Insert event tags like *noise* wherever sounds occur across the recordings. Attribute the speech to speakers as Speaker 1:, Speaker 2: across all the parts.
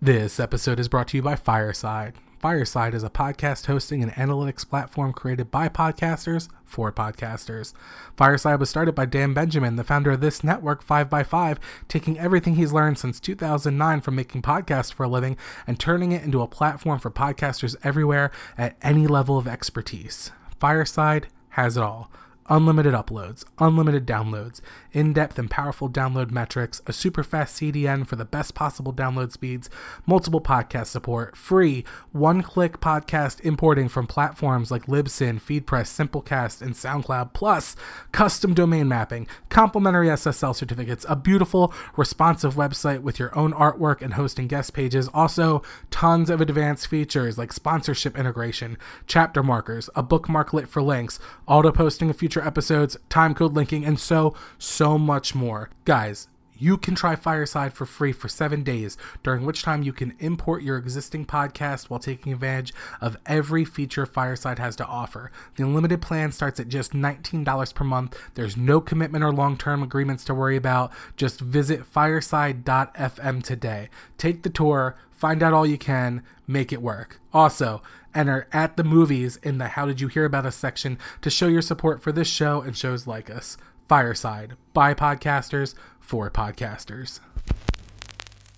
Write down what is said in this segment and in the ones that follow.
Speaker 1: This episode is brought to you by Fireside. Fireside is a podcast hosting and analytics platform created by podcasters for podcasters. Fireside was started by Dan Benjamin, the founder of this network, 5x5, taking everything he's learned since 2009 from making podcasts for a living and turning it into a platform for podcasters everywhere at any level of expertise. Fireside has it all unlimited uploads, unlimited downloads, in depth and powerful download metrics, a super fast CDN for the best possible download speeds, multiple podcast support, free one click podcast importing from platforms like Libsyn, FeedPress, Simplecast, and SoundCloud, plus custom domain mapping, complimentary SSL certificates, a beautiful, responsive website with your own artwork and hosting guest pages, also tons of advanced features like sponsorship integration, chapter markers, a bookmarklet for links, auto posting of future episodes, time code linking, and so, so much more. Guys, you can try Fireside for free for seven days, during which time you can import your existing podcast while taking advantage of every feature Fireside has to offer. The unlimited plan starts at just $19 per month. There's no commitment or long term agreements to worry about. Just visit fireside.fm today. Take the tour, find out all you can, make it work. Also, enter at the movies in the How Did You Hear About Us section to show your support for this show and shows like us. Fireside by podcasters for podcasters.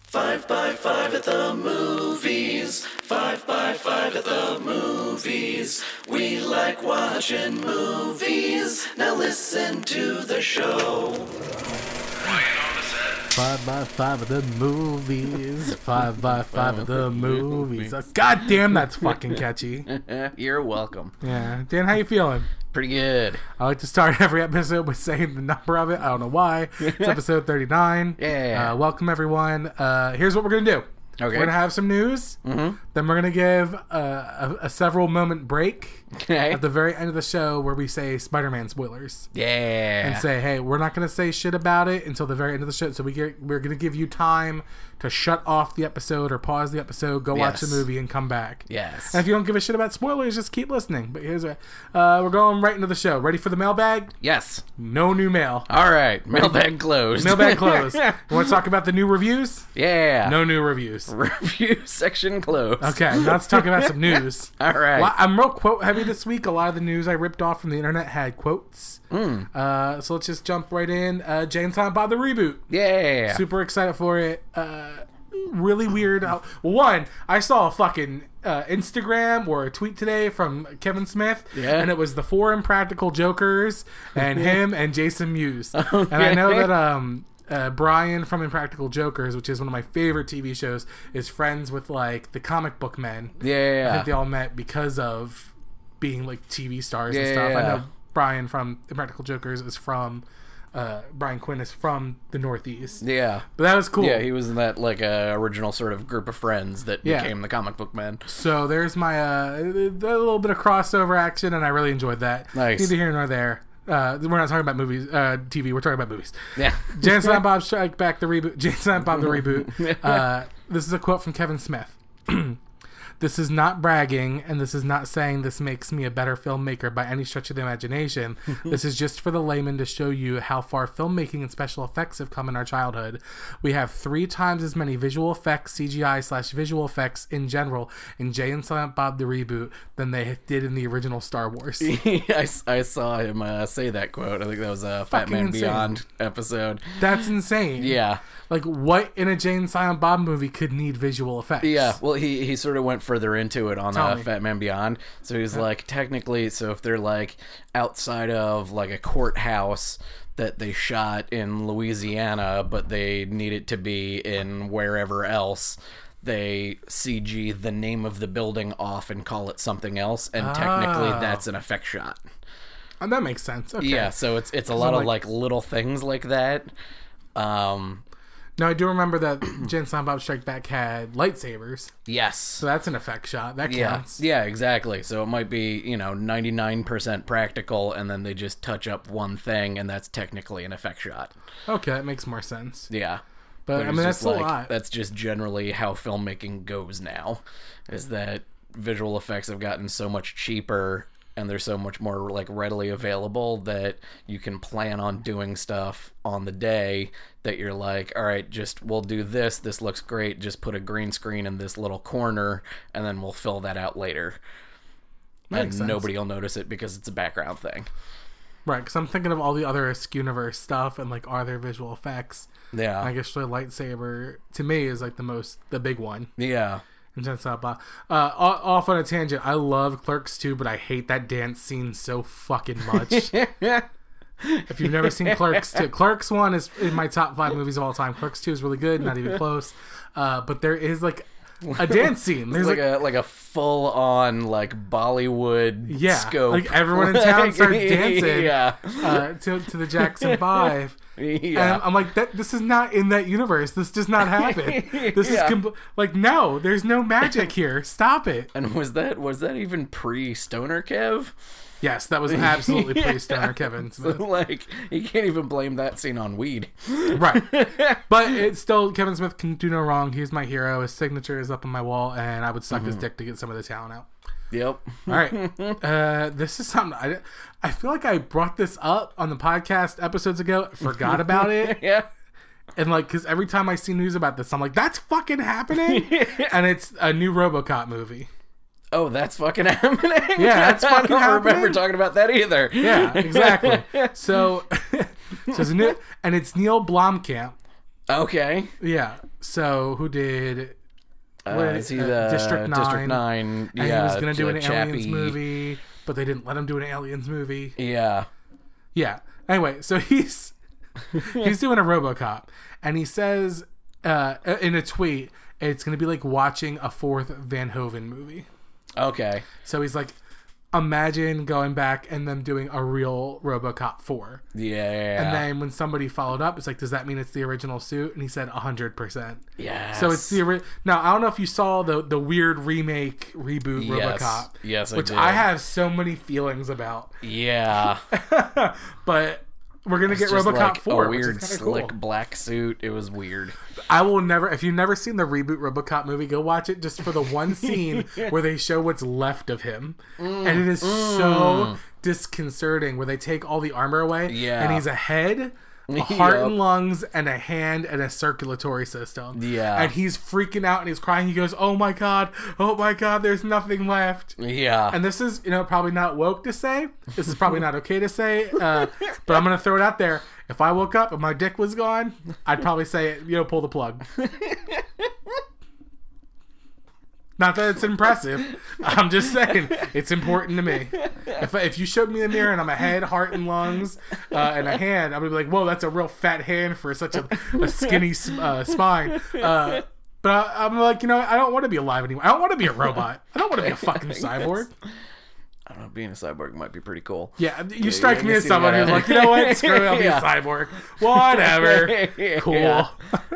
Speaker 2: Five by five at the movies. Five by five at the movies. We like watching movies. Now listen to the show.
Speaker 1: Five by five of the movies. Five by five of the movies. God damn, that's fucking *laughs* catchy.
Speaker 3: *laughs* You're welcome.
Speaker 1: Yeah, Dan, how you feeling?
Speaker 3: Pretty good.
Speaker 1: I like to start *laughs* every episode with saying the number of it. I don't know why.
Speaker 3: *laughs*
Speaker 1: It's episode thirty-nine.
Speaker 3: Yeah.
Speaker 1: Uh, welcome everyone. Uh, here's what we're gonna do.
Speaker 3: Okay.
Speaker 1: We're gonna have some news. Mm-hmm. Then we're gonna give uh, a, a several moment break
Speaker 3: Okay.
Speaker 1: at the very end of the show where we say Spider-Man spoilers.
Speaker 3: yeah.
Speaker 1: and say, "Hey, we're not going to say shit about it until the very end of the show." So we get, we're going to give you time to shut off the episode or pause the episode, go watch the
Speaker 3: Yes.
Speaker 1: movie, and come back.
Speaker 3: yes.
Speaker 1: And if you don't give a shit about spoilers, just keep listening. But here's a, uh, we're going right into the show. Ready for the mailbag?
Speaker 3: yes.
Speaker 1: No new
Speaker 3: *laughs*
Speaker 1: mail.
Speaker 3: All right. Mailbag closed.
Speaker 1: Mailbag closed. you want to talk about the new reviews?
Speaker 3: *laughs* yeah.
Speaker 1: No new reviews.
Speaker 3: *laughs* Review section closed.
Speaker 1: Okay, now let's talk about some news.
Speaker 3: *laughs* All right.
Speaker 1: Well, I'm real quote heavy this week. A lot of the news I ripped off from the internet had quotes.
Speaker 3: Hmm.
Speaker 1: Uh, so let's just jump right in. Uh, James Bond the reboot.
Speaker 3: Yeah.
Speaker 1: super excited for it. Uh, really weird. how- One, I saw a fucking uh, Instagram or a tweet today from Kevin Smith,
Speaker 3: Yeah.
Speaker 1: and it was the four impractical jokers
Speaker 3: *laughs*
Speaker 1: and him and Jason Mewes. And I know that um, uh, Brian from Impractical Jokers, which is one of my favorite TV shows, is friends with like the comic book men. I
Speaker 3: yeah.
Speaker 1: think they all met because of being like TV stars and
Speaker 3: Yeah,
Speaker 1: stuff. I
Speaker 3: yeah.
Speaker 1: know Brian from Impractical Jokers is from uh, Brian Quinn is from the Northeast.
Speaker 3: yeah.
Speaker 1: But that was cool.
Speaker 3: Yeah, he was in that like uh, original sort of group of friends that
Speaker 1: Yeah.
Speaker 3: became the comic book man.
Speaker 1: so there's my uh, a little bit of crossover action, and I really enjoyed that.
Speaker 3: Nice.
Speaker 1: Neither here nor there. Uh, we're not talking about movies, uh, TV. We're talking about movies.
Speaker 3: Yeah. *laughs*
Speaker 1: Jan Silent Bob Strike Back the reboot. Jan Silent Bob the reboot. Uh, this is a quote from Kevin Smith. *clears throat* this is not bragging, and this is not saying this makes me a better filmmaker by any stretch of the imagination. this is just for the layman to show you how far filmmaking and special effects have come in our childhood. We have three times as many visual effects, CGI slash visual effects in general, in Jay and Silent Bob the reboot than they did in the original Star Wars.
Speaker 3: I, s- I saw him uh, say that quote. I think that was a Fat
Speaker 1: Fucking
Speaker 3: Man
Speaker 1: insane.
Speaker 3: Beyond episode.
Speaker 1: That's insane.
Speaker 3: Yeah.
Speaker 1: Like, what in a Jane Silent Bob movie could need visual effects?
Speaker 3: Yeah, well, he he sort of went further into it on
Speaker 1: Tell
Speaker 3: uh,
Speaker 1: me.
Speaker 3: Fat Man Beyond. So he's like, technically, so if they're like outside of like a courthouse that they shot in Louisiana, but they need it to be in wherever else. They CG the name of the building off and call it something else, and technically
Speaker 1: Ah.
Speaker 3: that's an effect shot.
Speaker 1: Oh, that makes sense. Okay.
Speaker 3: Yeah, so it's it's a lot
Speaker 1: I'm
Speaker 3: of
Speaker 1: like-
Speaker 3: like little things like that. Um,
Speaker 1: Now I do remember that *clears throat* Jane Silent Bob Strike Back had lightsabers,
Speaker 3: yes,
Speaker 1: so that's an effect shot. That
Speaker 3: Yeah,
Speaker 1: counts.
Speaker 3: yeah, exactly. So it might be you know ninety nine percent practical, and then they just touch up one thing, and that's technically an effect shot.
Speaker 1: Okay, that makes more sense.
Speaker 3: Yeah,
Speaker 1: But
Speaker 3: But
Speaker 1: I
Speaker 3: it's
Speaker 1: mean,
Speaker 3: just
Speaker 1: that's a
Speaker 3: like-
Speaker 1: lot.
Speaker 3: That's just generally how filmmaking goes now, is that visual effects have gotten so much cheaper and they're so much more like readily available that you can plan on doing stuff on the day that you're like, all right, just we'll do this. This looks great. Just put a green screen in this little corner, and then we'll fill that out later. and
Speaker 1: makes sense.
Speaker 3: nobody will notice it because it's a background thing.
Speaker 1: Right, because I'm thinking of all the other Skewniverse stuff and like are there visual effects?
Speaker 3: Yeah.
Speaker 1: I guess the lightsaber to me is like the most the big one.
Speaker 3: yeah.
Speaker 1: And that's not bo- uh, o- off on a tangent. I love Clerks too, but I hate that dance scene so fucking
Speaker 3: *laughs*
Speaker 1: much. if you've never seen Clerks 2, Clerks 1 is in my top five movies of all time. Clerks 2 is really good, not even close. Uh, but there is like a dance scene. There's
Speaker 3: It's
Speaker 1: like,
Speaker 3: like a like a full on like Bollywood
Speaker 1: Yeah,
Speaker 3: scope.
Speaker 1: like, everyone in
Speaker 3: *laughs*
Speaker 1: town starts dancing.
Speaker 3: Yeah.
Speaker 1: uh, to, to the
Speaker 3: *laughs*
Speaker 1: Jackson 5.
Speaker 3: Yeah.
Speaker 1: And um, I'm, I'm like, that, this is not in that universe. This does not
Speaker 3: *laughs*
Speaker 1: happen. This
Speaker 3: Yeah.
Speaker 1: is com- like, no, there's no magic here. Stop it.
Speaker 3: and was that was that even pre Stoner Kev? *laughs*
Speaker 1: Yes, that was absolutely
Speaker 3: Yeah.
Speaker 1: pre Stoner Kevin Smith.
Speaker 3: like you can't even blame that scene on weed.
Speaker 1: Right. But it's still Kevin Smith can do no wrong. He's my hero. His signature is up on my wall, and I would suck
Speaker 3: Mm-hmm.
Speaker 1: his dick to get some of the talent out.
Speaker 3: Yep.
Speaker 1: All right. Uh, this is something I, I feel like I brought this up on the podcast episodes ago, forgot about
Speaker 3: *laughs*
Speaker 1: it.
Speaker 3: Yeah.
Speaker 1: And like, because every time I see news about this, I'm like, that's fucking
Speaker 3: *laughs*
Speaker 1: happening. And it's a new Robocop movie.
Speaker 3: Oh, that's fucking *laughs* happening.
Speaker 1: Yeah, that's
Speaker 3: *laughs* I
Speaker 1: fucking
Speaker 3: don't remember
Speaker 1: happening.
Speaker 3: talking about that either.
Speaker 1: Yeah,
Speaker 3: *laughs*
Speaker 1: exactly. So, *laughs* so it's a new, and it's Neil Blomkamp.
Speaker 3: Okay.
Speaker 1: Yeah. So who did
Speaker 3: Uh,
Speaker 1: What-
Speaker 3: is he
Speaker 1: uh,
Speaker 3: the
Speaker 1: District Nine.
Speaker 3: District Nine? Yeah.
Speaker 1: and he was going to do
Speaker 3: uh,
Speaker 1: an aliens
Speaker 3: Chappie.
Speaker 1: movie but they didn't let him do an aliens movie
Speaker 3: Yeah.
Speaker 1: yeah anyway so *laughs* he's he's doing a robocop and he says uh, in a tweet it's going to be like watching a fourth van hoven movie
Speaker 3: Okay.
Speaker 1: so he's like imagine going back and them doing a real robocop 4
Speaker 3: Yeah.
Speaker 1: and then when somebody followed up it's like does that mean it's the original suit and he said 100%
Speaker 3: yeah.
Speaker 1: so it's the ori- now. I don't know if you saw the the weird remake reboot
Speaker 3: Yes.
Speaker 1: RoboCop,
Speaker 3: Yes, I
Speaker 1: which
Speaker 3: did.
Speaker 1: I have so many feelings about.
Speaker 3: Yeah.
Speaker 1: but we're gonna get
Speaker 3: Just
Speaker 1: RoboCop
Speaker 3: like
Speaker 1: four,
Speaker 3: a
Speaker 1: which
Speaker 3: weird
Speaker 1: is kinda
Speaker 3: slick
Speaker 1: cool.
Speaker 3: black suit. It was weird.
Speaker 1: I will never. If you've never seen the reboot RoboCop movie, go watch it just for the
Speaker 3: *laughs*
Speaker 1: one scene where they show what's left of him,
Speaker 3: Mm,
Speaker 1: and it is so disconcerting. Where they take all the armor away,
Speaker 3: Yeah.
Speaker 1: and he's a head.
Speaker 3: *laughs*
Speaker 1: A heart and
Speaker 3: Yup.
Speaker 1: lungs and a hand and a circulatory system.
Speaker 3: Yeah.
Speaker 1: And he's freaking out and he's crying. He goes, Oh my God. Oh my God. There's nothing left.
Speaker 3: Yeah.
Speaker 1: and this is you know probably not woke to say this is probably not okay to say uh, but i'm gonna throw it out there if i woke up and my dick was gone i'd probably say you know pull the plug not that it's impressive i'm just saying it's important to me if, if you showed me a mirror and i'm a head heart and lungs uh, and a hand i'd be like whoa that's a real fat hand for such a, a skinny s- uh, spine uh, but I, I'm like, you know, I don't want to be alive anymore. I don't want to be a robot. I don't want to be a fucking cyborg.
Speaker 3: I don't know. Being a cyborg might be pretty cool. *laughs*
Speaker 1: Yeah, you strike
Speaker 3: yeah, I
Speaker 1: me
Speaker 3: can
Speaker 1: as
Speaker 3: see
Speaker 1: someone
Speaker 3: that.
Speaker 1: who's like, you know
Speaker 3: *laughs*
Speaker 1: what? Screw it, I'll be
Speaker 3: Yeah.
Speaker 1: a cyborg.
Speaker 3: *laughs*
Speaker 1: Whatever. Cool.
Speaker 3: Yeah.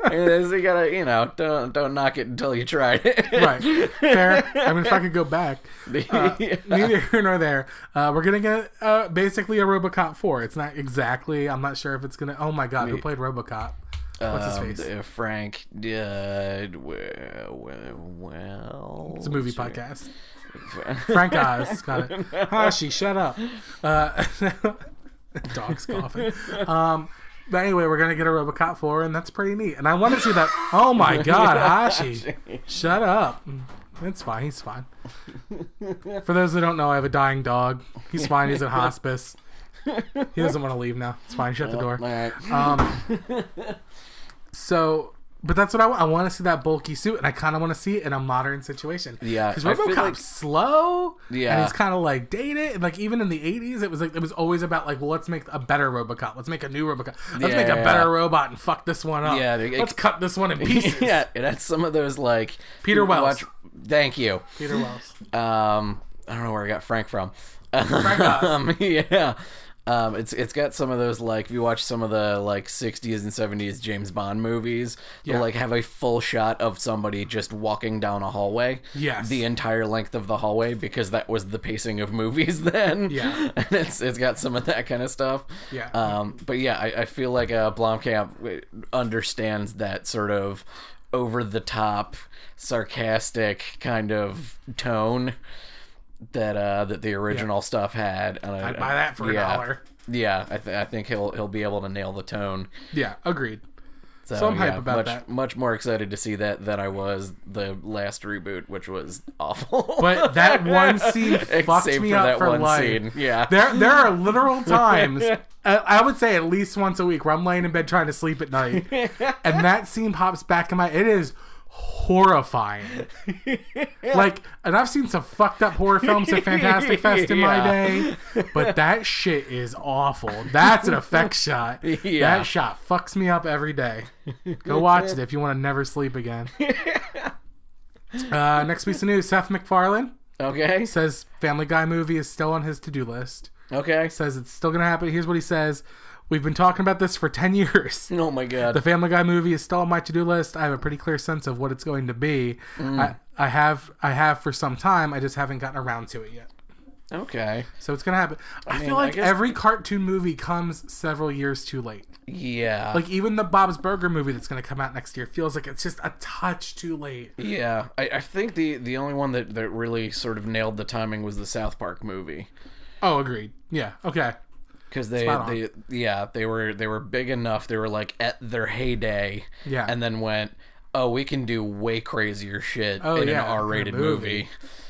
Speaker 3: And it's- you gotta, you know, don't don't knock it until you try
Speaker 1: *laughs*
Speaker 3: it.
Speaker 1: right. Fair. I mean, if I could go
Speaker 3: *laughs*
Speaker 1: back, uh,
Speaker 3: Yeah.
Speaker 1: neither here nor there. Uh, we're gonna get uh, basically a RoboCop four. It's not exactly. I'm not sure if it's gonna. Oh my god, who played RoboCop? What's his
Speaker 3: Um,
Speaker 1: face?
Speaker 3: uh, Frank. Uh, well, well,
Speaker 1: It's a movie podcast. Frank Oz got it. Hashi, shut up. Uh, *laughs* dog's coughing. Um, but anyway, we're gonna get a RoboCop four, and that's pretty neat. And I want to see that. Oh my god, Hashi, shut up. It's fine. He's fine. For those that don't know, I have a dying dog. He's fine. He's in hospice. He doesn't want to leave now. It's fine. Shut the door.
Speaker 3: All right.
Speaker 1: Um, so, but that's what I want. I want to see that bulky suit, and I kind of want to see it in a modern situation.
Speaker 3: Yeah,
Speaker 1: because
Speaker 3: I feel
Speaker 1: RoboCop's
Speaker 3: like-
Speaker 1: slow. and
Speaker 3: Yeah.
Speaker 1: he's kind of like dated. And like even in the '80s, it was like it was always about like, well, let's make a better RoboCop. Let's make a new RoboCop. Let's make a
Speaker 3: Yeah.
Speaker 1: better robot and fuck this one up. Yeah,
Speaker 3: Yeah, they-
Speaker 1: let's cut this one in pieces.
Speaker 3: *laughs* *laughs* yeah, it had some of those like
Speaker 1: Peter Wells.
Speaker 3: thank you.
Speaker 1: Peter Wells.
Speaker 3: Um, I don't know where I got Frank from.
Speaker 1: Oz.
Speaker 3: *laughs* um, yeah. Um, it's it's got some of those like if you watch some of the like 60s and 70s James Bond movies,
Speaker 1: Yeah.
Speaker 3: they'll like have a full shot of somebody just walking down a hallway.
Speaker 1: Yes.
Speaker 3: The entire length of the hallway because that was the pacing of movies *laughs* then.
Speaker 1: Yeah.
Speaker 3: And it's it's got some of that kind of stuff.
Speaker 1: Yeah.
Speaker 3: Um, but yeah, I, I feel like uh, Blomkamp understands that sort of over the top, sarcastic kind of tone that uh that the original stuff had. And I,
Speaker 1: I'd buy that for a
Speaker 3: yeah.
Speaker 1: dollar.
Speaker 3: Yeah, I, th- I think he'll he'll be able to nail the tone.
Speaker 1: Yeah, agreed.
Speaker 3: So,
Speaker 1: So I'm hype
Speaker 3: yeah,
Speaker 1: about
Speaker 3: much,
Speaker 1: that.
Speaker 3: Much more excited to see that than I was the last reboot, which was awful. *laughs*
Speaker 1: But that one scene
Speaker 3: Except
Speaker 1: fucked me up for life.
Speaker 3: Yeah.
Speaker 1: There, there are literal
Speaker 3: *laughs*
Speaker 1: times. I- I would say at least once a week where I'm laying in bed trying to sleep at night, and that scene pops back in my. It is
Speaker 3: *laughs*
Speaker 1: horrifying. Like, and I've seen some fucked up horror films at Fantastic Fest in my
Speaker 3: Yeah.
Speaker 1: day, but that shit is awful. That's an effect shot.
Speaker 3: Yeah.
Speaker 1: That shot fucks me up every day.
Speaker 3: *laughs*
Speaker 1: Go watch it if you want to never sleep again. Uh, next piece of news: Seth MacFarlane
Speaker 3: okay.
Speaker 1: says Family Guy movie is still on his to do list
Speaker 3: Okay.
Speaker 1: says it's still gonna happen. Here's what he says: We've been talking about this for ten *laughs* years.
Speaker 3: Oh my god.
Speaker 1: The Family Guy movie is still on my to-do list. I have a pretty clear sense of what it's going to be. I, I have, I have for some time. I just haven't gotten around to it yet.
Speaker 3: okay.
Speaker 1: So it's gonna happen. I,
Speaker 3: mean,
Speaker 1: feel
Speaker 3: I
Speaker 1: like
Speaker 3: guess-
Speaker 1: every cartoon movie comes several years too late.
Speaker 3: Yeah.
Speaker 1: Like even the Bob's Burger movie that's gonna come out next year feels like it's just a touch too late.
Speaker 3: yeah. I, I think the the only one that that really sort of nailed the timing was the South Park movie.
Speaker 1: Oh, agreed. Yeah. Okay.
Speaker 3: because they,
Speaker 1: Spot on.
Speaker 3: they yeah they were they were big enough they were like at their heyday
Speaker 1: Yeah.
Speaker 3: and then went oh we can do way crazier shit
Speaker 1: Oh,
Speaker 3: in
Speaker 1: yeah, in
Speaker 3: an
Speaker 1: a
Speaker 3: r-rated
Speaker 1: movie.
Speaker 3: movie.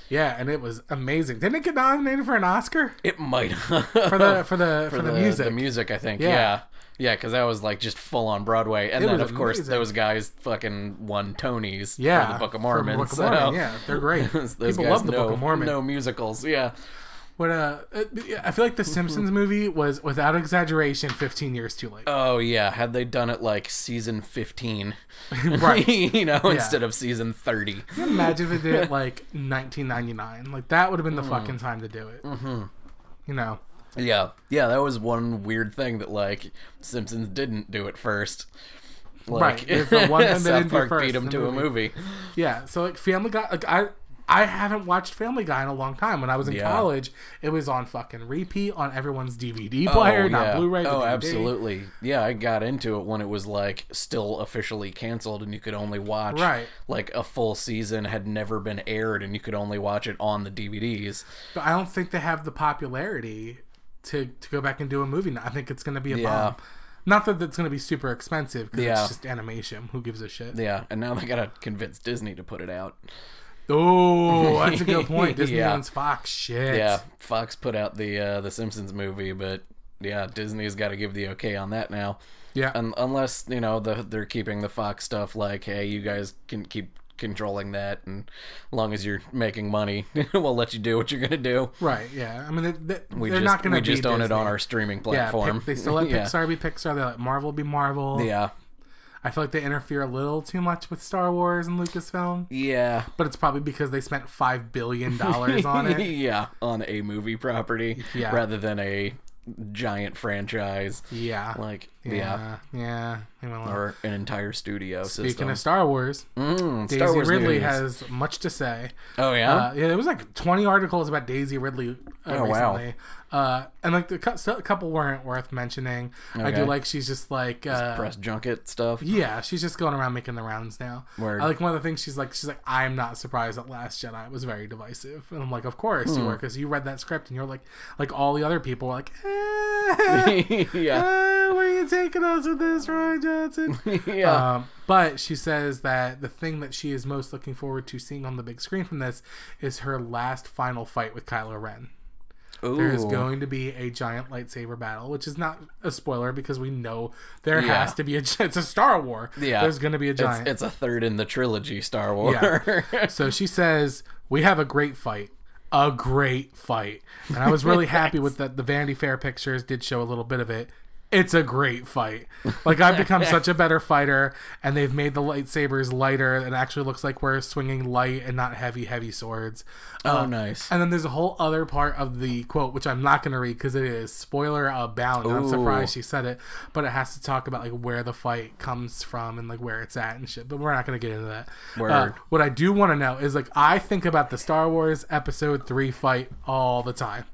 Speaker 1: Yeah, and it was amazing. Didn't it get nominated for an Oscar
Speaker 3: it might *laughs*
Speaker 1: for the for the for, the, music?
Speaker 3: the music i think
Speaker 1: Yeah.
Speaker 3: yeah yeah because that was like just full on broadway and
Speaker 1: It
Speaker 3: then
Speaker 1: was
Speaker 3: of course
Speaker 1: amazing.
Speaker 3: those guys fucking won tonys
Speaker 1: Yeah,
Speaker 3: for the book of
Speaker 1: for Book of
Speaker 3: mormon, so.
Speaker 1: Mormon,
Speaker 3: *laughs*
Speaker 1: yeah, they're great.
Speaker 3: those
Speaker 1: People
Speaker 3: guys
Speaker 1: love the
Speaker 3: know,
Speaker 1: Book of Mormon.
Speaker 3: know musicals yeah
Speaker 1: What uh, uh, I feel like the Simpsons movie was, without exaggeration, 15 years too late.
Speaker 3: Oh yeah, had they done it like season 15.
Speaker 1: *laughs* Right.
Speaker 3: *laughs* you know, instead of season 30.
Speaker 1: Can you Imagine if they
Speaker 3: *laughs*
Speaker 1: did it like 1999. Like that would have been the fucking time to do it. Mm-hmm. You know,
Speaker 3: Yeah. Yeah, that was one weird thing that like Simpsons didn't do at first. *laughs*
Speaker 1: Right, it's the one thing they
Speaker 3: South
Speaker 1: didn't do
Speaker 3: Park
Speaker 1: first,
Speaker 3: beat them
Speaker 1: the
Speaker 3: to a movie.
Speaker 1: yeah. So like Family Guy, like I. I haven't watched Family Guy in a long time. When I was in
Speaker 3: Yeah.
Speaker 1: college, it was on fucking repeat on everyone's DVD player,
Speaker 3: oh,
Speaker 1: not
Speaker 3: yeah.
Speaker 1: Blu-ray. but
Speaker 3: Oh,
Speaker 1: DVD.
Speaker 3: absolutely. Yeah, I got into it when it was like still officially canceled and you could only watch
Speaker 1: Right.
Speaker 3: like a full season had never been aired and you could only watch it on the DVDs.
Speaker 1: But I don't think they have the popularity to to go back and do a movie. now. I think it's going to be a
Speaker 3: Yeah.
Speaker 1: bomb. Not that it's going to be super expensive because
Speaker 3: Yeah.
Speaker 1: it's just animation. Who gives a shit?
Speaker 3: Yeah, and now they got to convince Disney to put it out.
Speaker 1: Oh, that's a
Speaker 3: *laughs*
Speaker 1: good point. Disney
Speaker 3: Yeah.
Speaker 1: owns Fox. Shit.
Speaker 3: Yeah, Fox put out the uh, the Simpsons movie, but yeah, Disney's got to give the okay on that now.
Speaker 1: Yeah.
Speaker 3: Un- unless you know the, they're keeping the Fox stuff like, hey, you guys can keep controlling that, and as long as you're making money, *laughs* we'll let you do what you're gonna do.
Speaker 1: right. Yeah. I mean, they, they,
Speaker 3: We
Speaker 1: are
Speaker 3: just
Speaker 1: not going to
Speaker 3: we just own it on our streaming
Speaker 1: yeah. Pic-
Speaker 3: platform.
Speaker 1: they
Speaker 3: *laughs*
Speaker 1: still let
Speaker 3: yeah.
Speaker 1: Pixar be Pixar. They let Marvel be Marvel.
Speaker 3: Yeah,
Speaker 1: I feel like they interfere a little too much with Star Wars and Lucasfilm,
Speaker 3: yeah,
Speaker 1: but it's probably because they spent five billion dollars *laughs* on it.
Speaker 3: *laughs* yeah, on a movie property
Speaker 1: Yeah.
Speaker 3: rather than a giant franchise
Speaker 1: Yeah.
Speaker 3: like yeah.
Speaker 1: yeah. Yeah. They went a little-
Speaker 3: or an entire studio
Speaker 1: Speaking
Speaker 3: system.
Speaker 1: of Star Wars,
Speaker 3: Mm,
Speaker 1: Daisy
Speaker 3: Star Wars
Speaker 1: Ridley
Speaker 3: news.
Speaker 1: has much to say.
Speaker 3: Oh yeah.
Speaker 1: Uh, yeah, there was like 20 articles about Daisy Ridley uh,
Speaker 3: Oh, wow.
Speaker 1: recently, uh, and like the cou- so- a couple weren't worth mentioning. I do
Speaker 3: Okay.
Speaker 1: like she's just like uh,
Speaker 3: Press junket stuff.
Speaker 1: yeah, she's just going around making the rounds now.
Speaker 3: Word.
Speaker 1: I like one of the things she's like she's like I'm not surprised that Last Jedi was very divisive, and I'm like of course
Speaker 3: Hmm.
Speaker 1: you were because you read that script and you're like like all the other people were like.
Speaker 3: *laughs*
Speaker 1: "Eh,
Speaker 3: *laughs* yeah.
Speaker 1: eh, where are you taking us with this, Ryan Johnson?
Speaker 3: *laughs* Yeah.
Speaker 1: Um, but she says that the thing that she is most looking forward to seeing on the big screen from this is her last final fight with Kylo Ren.
Speaker 3: Ooh.
Speaker 1: There is going to be a giant lightsaber battle, which is not a spoiler because we know there
Speaker 3: Yeah.
Speaker 1: has to be a. *laughs* It's a Star War.
Speaker 3: Yeah.
Speaker 1: there's going to be a
Speaker 3: it's,
Speaker 1: giant.
Speaker 3: it's a third in the trilogy Star Wars. *laughs*
Speaker 1: Yeah. Uh, *laughs* so she says, "We have a great fight." A great fight, and I was really happy with that. The Vanity Fair pictures did show a little bit of it. It's a great fight. Like I've become such a better fighter, and they've made the lightsabers lighter. and It actually looks like we're swinging light and not heavy, heavy swords.
Speaker 3: oh, nice.
Speaker 1: And then there's a whole other part of the quote, which I'm not going to read because it is spoiler abound. I'm
Speaker 3: Ooh.
Speaker 1: surprised she said it, but it has to talk about like where the fight comes from and like where it's at and shit. But we're not going to get into that. Uh,
Speaker 3: Word.
Speaker 1: what I do want to know is like I think about the Star Wars Episode Three fight all the time.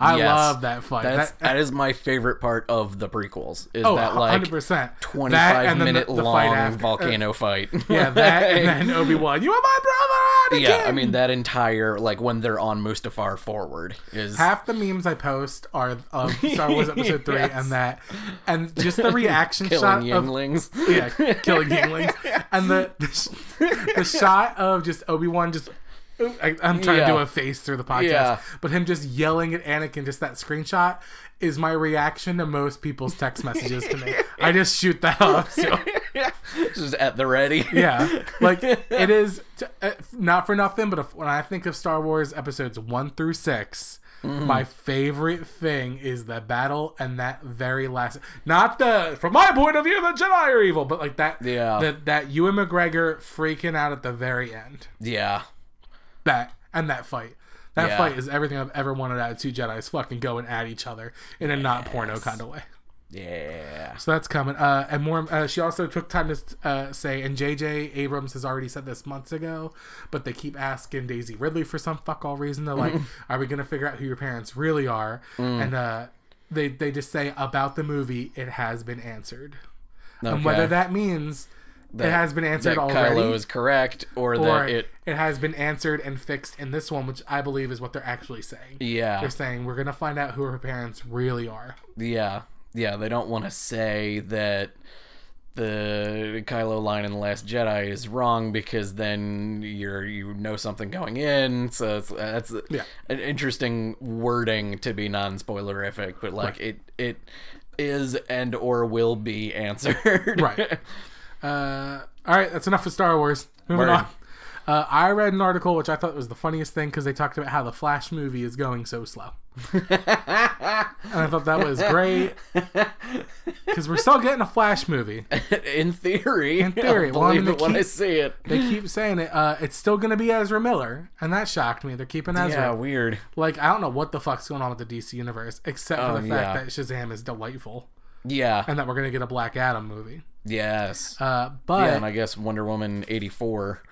Speaker 1: I
Speaker 3: Yes.
Speaker 1: love that fight.
Speaker 3: That's
Speaker 1: That-
Speaker 3: that is my favorite part of the prequels. Is
Speaker 1: oh,
Speaker 3: that like
Speaker 1: 100%.
Speaker 3: twenty
Speaker 1: That
Speaker 3: five
Speaker 1: and then
Speaker 3: minute
Speaker 1: the- the fight
Speaker 3: long
Speaker 1: after.
Speaker 3: volcano fight? *laughs*
Speaker 1: Yeah, that and then Obi Wan. You are my brother, Anakin.
Speaker 3: yeah, I mean that entire like when they're on Mustafar forward is
Speaker 1: half the memes I post are of Star
Speaker 3: *laughs*
Speaker 1: Wars Episode Three
Speaker 3: Yes.
Speaker 1: and that, and just
Speaker 3: *laughs*
Speaker 1: the reaction
Speaker 3: killing
Speaker 1: shot of
Speaker 3: younglings.
Speaker 1: *laughs*
Speaker 3: *laughs*
Speaker 1: yeah, killing Yinglings, and the the, sh- the shot of just Obi Wan just. I, I'm trying
Speaker 3: Yeah.
Speaker 1: to do a face through the podcast,
Speaker 3: Yeah.
Speaker 1: but him just yelling at Anakin, just that screenshot is my reaction to most people's text messages to
Speaker 3: *laughs*
Speaker 1: me. I just shoot that up. So.
Speaker 3: just at the ready.
Speaker 1: Yeah,
Speaker 3: *laughs*
Speaker 1: like it is t- uh, not for nothing, but if, when I think of Star Wars episodes one through 6
Speaker 3: Mm.
Speaker 1: my favorite thing is the battle and that very last. Not the from my point of view, the Jedi are evil, but like that.
Speaker 3: Yeah.
Speaker 1: That that Ewan McGregor freaking out at the very end.
Speaker 3: Yeah.
Speaker 1: That and that fight. That
Speaker 3: Yeah.
Speaker 1: fight is everything I've ever wanted out of two Jedi's fucking going at each other in a not porno kind of way.
Speaker 3: Yeah.
Speaker 1: So that's coming. Uh, and more. Uh, she also took time to uh, say, and J.J. Abrams has already said this months ago, but they keep asking Daisy Ridley for some fuck all reason. They're
Speaker 3: *laughs*
Speaker 1: like, "Are we gonna figure out who your parents really are?"
Speaker 3: Mm.
Speaker 1: And uh, they they just say about the movie, it has been answered, and whether
Speaker 3: Okay.
Speaker 1: that means it has been answered
Speaker 3: that
Speaker 1: already.
Speaker 3: Kylo is correct or,
Speaker 1: or
Speaker 3: that it
Speaker 1: it has been answered and fixed in this one, which I believe is what they're actually saying.
Speaker 3: yeah.
Speaker 1: They're saying we're gonna find out who her parents really are.
Speaker 3: Yeah, yeah, they don't want to say that the Kylo line in the Last Jedi is wrong because then you're you know something going in. So it's, that's
Speaker 1: Yeah.
Speaker 3: an interesting wording to be non-spoilerific, but like it it is and or will be
Speaker 1: *laughs*
Speaker 3: answered.
Speaker 1: Right. Uh, all right, that's enough for Star Wars. Moving
Speaker 3: Word.
Speaker 1: on. Uh, I read an article which I thought was the funniest thing because they talked about how the Flash movie is going so
Speaker 3: *laughs*
Speaker 1: slow. and I thought that was great because we're still getting a Flash movie.
Speaker 3: in theory, *laughs* in
Speaker 1: theory,
Speaker 3: I
Speaker 1: well, I mean,
Speaker 3: believe
Speaker 1: they
Speaker 3: it when I
Speaker 1: keep-
Speaker 3: see it.
Speaker 1: They keep saying it. Uh, it's still going to be Ezra Miller, and that shocked me. They're keeping Ezra.
Speaker 3: Yeah, weird.
Speaker 1: Like I don't know what the fuck's going on with the DC universe, except for
Speaker 3: Oh,
Speaker 1: the fact
Speaker 3: yeah.
Speaker 1: that Shazam is delightful
Speaker 3: Yeah.
Speaker 1: and that we're going to get a Black Adam movie.
Speaker 3: Yes.
Speaker 1: Uh,
Speaker 3: yeah,
Speaker 1: but
Speaker 3: and I guess Wonder Woman eighty four.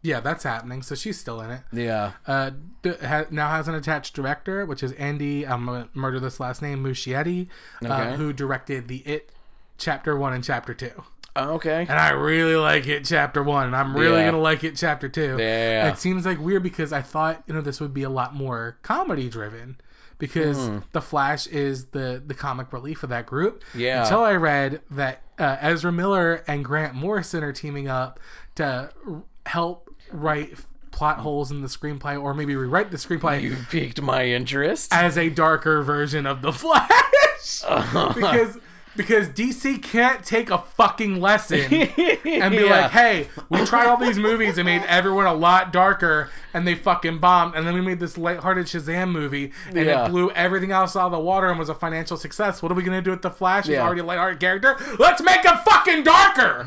Speaker 1: yeah, that's happening. So she's still in it.
Speaker 3: Yeah.
Speaker 1: uh, d- ha- now has an attached director, which is Andy. I'm gonna murder this last name Muschietti, uh,
Speaker 3: Okay.
Speaker 1: who directed the It Chapter One and Chapter Two.
Speaker 3: Okay.
Speaker 1: And I really like It Chapter One, and I'm really
Speaker 3: Yeah.
Speaker 1: gonna like It Chapter Two.
Speaker 3: Yeah.
Speaker 1: It seems like weird because I thought you know this would be a lot more comedy driven. Because
Speaker 3: Hmm.
Speaker 1: the Flash is the the comic relief of that group.
Speaker 3: Yeah.
Speaker 1: Until I read that uh, Ezra Miller and Grant Morrison are teaming up to r- help write f- plot holes in the screenplay, or maybe rewrite the screenplay
Speaker 3: You piqued my interest.
Speaker 1: as a darker version of the *laughs* Flash.
Speaker 3: Uh-huh.
Speaker 1: because because DC can't take a fucking lesson and be
Speaker 3: *laughs* Yeah.
Speaker 1: like, "Hey, we tried all these movies and made everyone a lot darker, and they fucking bombed. And then we made this lighthearted Shazam movie, and
Speaker 3: Yeah.
Speaker 1: it blew everything else out of the water and was a financial success. What are we gonna do with the Flash? He's
Speaker 3: Yeah.
Speaker 1: already a lighthearted character. Let's make him fucking
Speaker 3: *laughs*
Speaker 1: darker."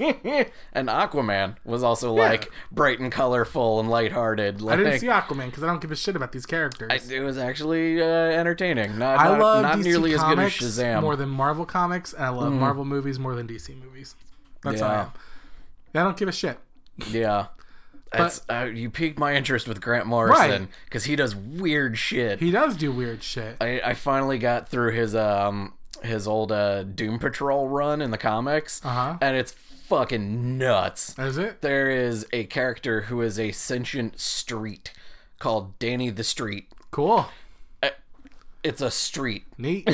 Speaker 3: and Aquaman was also like bright and colorful and lighthearted.
Speaker 1: I
Speaker 3: Like,
Speaker 1: didn't see Aquaman because I don't give a shit about these characters.
Speaker 3: it. was actually uh, entertaining. Not,
Speaker 1: I
Speaker 3: not,
Speaker 1: love
Speaker 3: Uh, not
Speaker 1: DC
Speaker 3: nearly
Speaker 1: comics
Speaker 3: as good as Shazam. Mm.
Speaker 1: more than Marvel comics, and I love Marvel movies more than DC movies. That's how I
Speaker 3: Yeah.
Speaker 1: am. I don't give a shit.
Speaker 3: yeah. That's, uh, you piqued my interest with Grant Morrison because he does weird shit.
Speaker 1: He does do weird shit.
Speaker 3: I, I finally got through his um his old uh, Doom Patrol run in the comics,
Speaker 1: Uh-huh.
Speaker 3: and it's fucking nuts.
Speaker 1: Is it?
Speaker 3: There is a character who is a sentient street called Danny the Street.
Speaker 1: Cool.
Speaker 3: It's a street.
Speaker 1: Neat.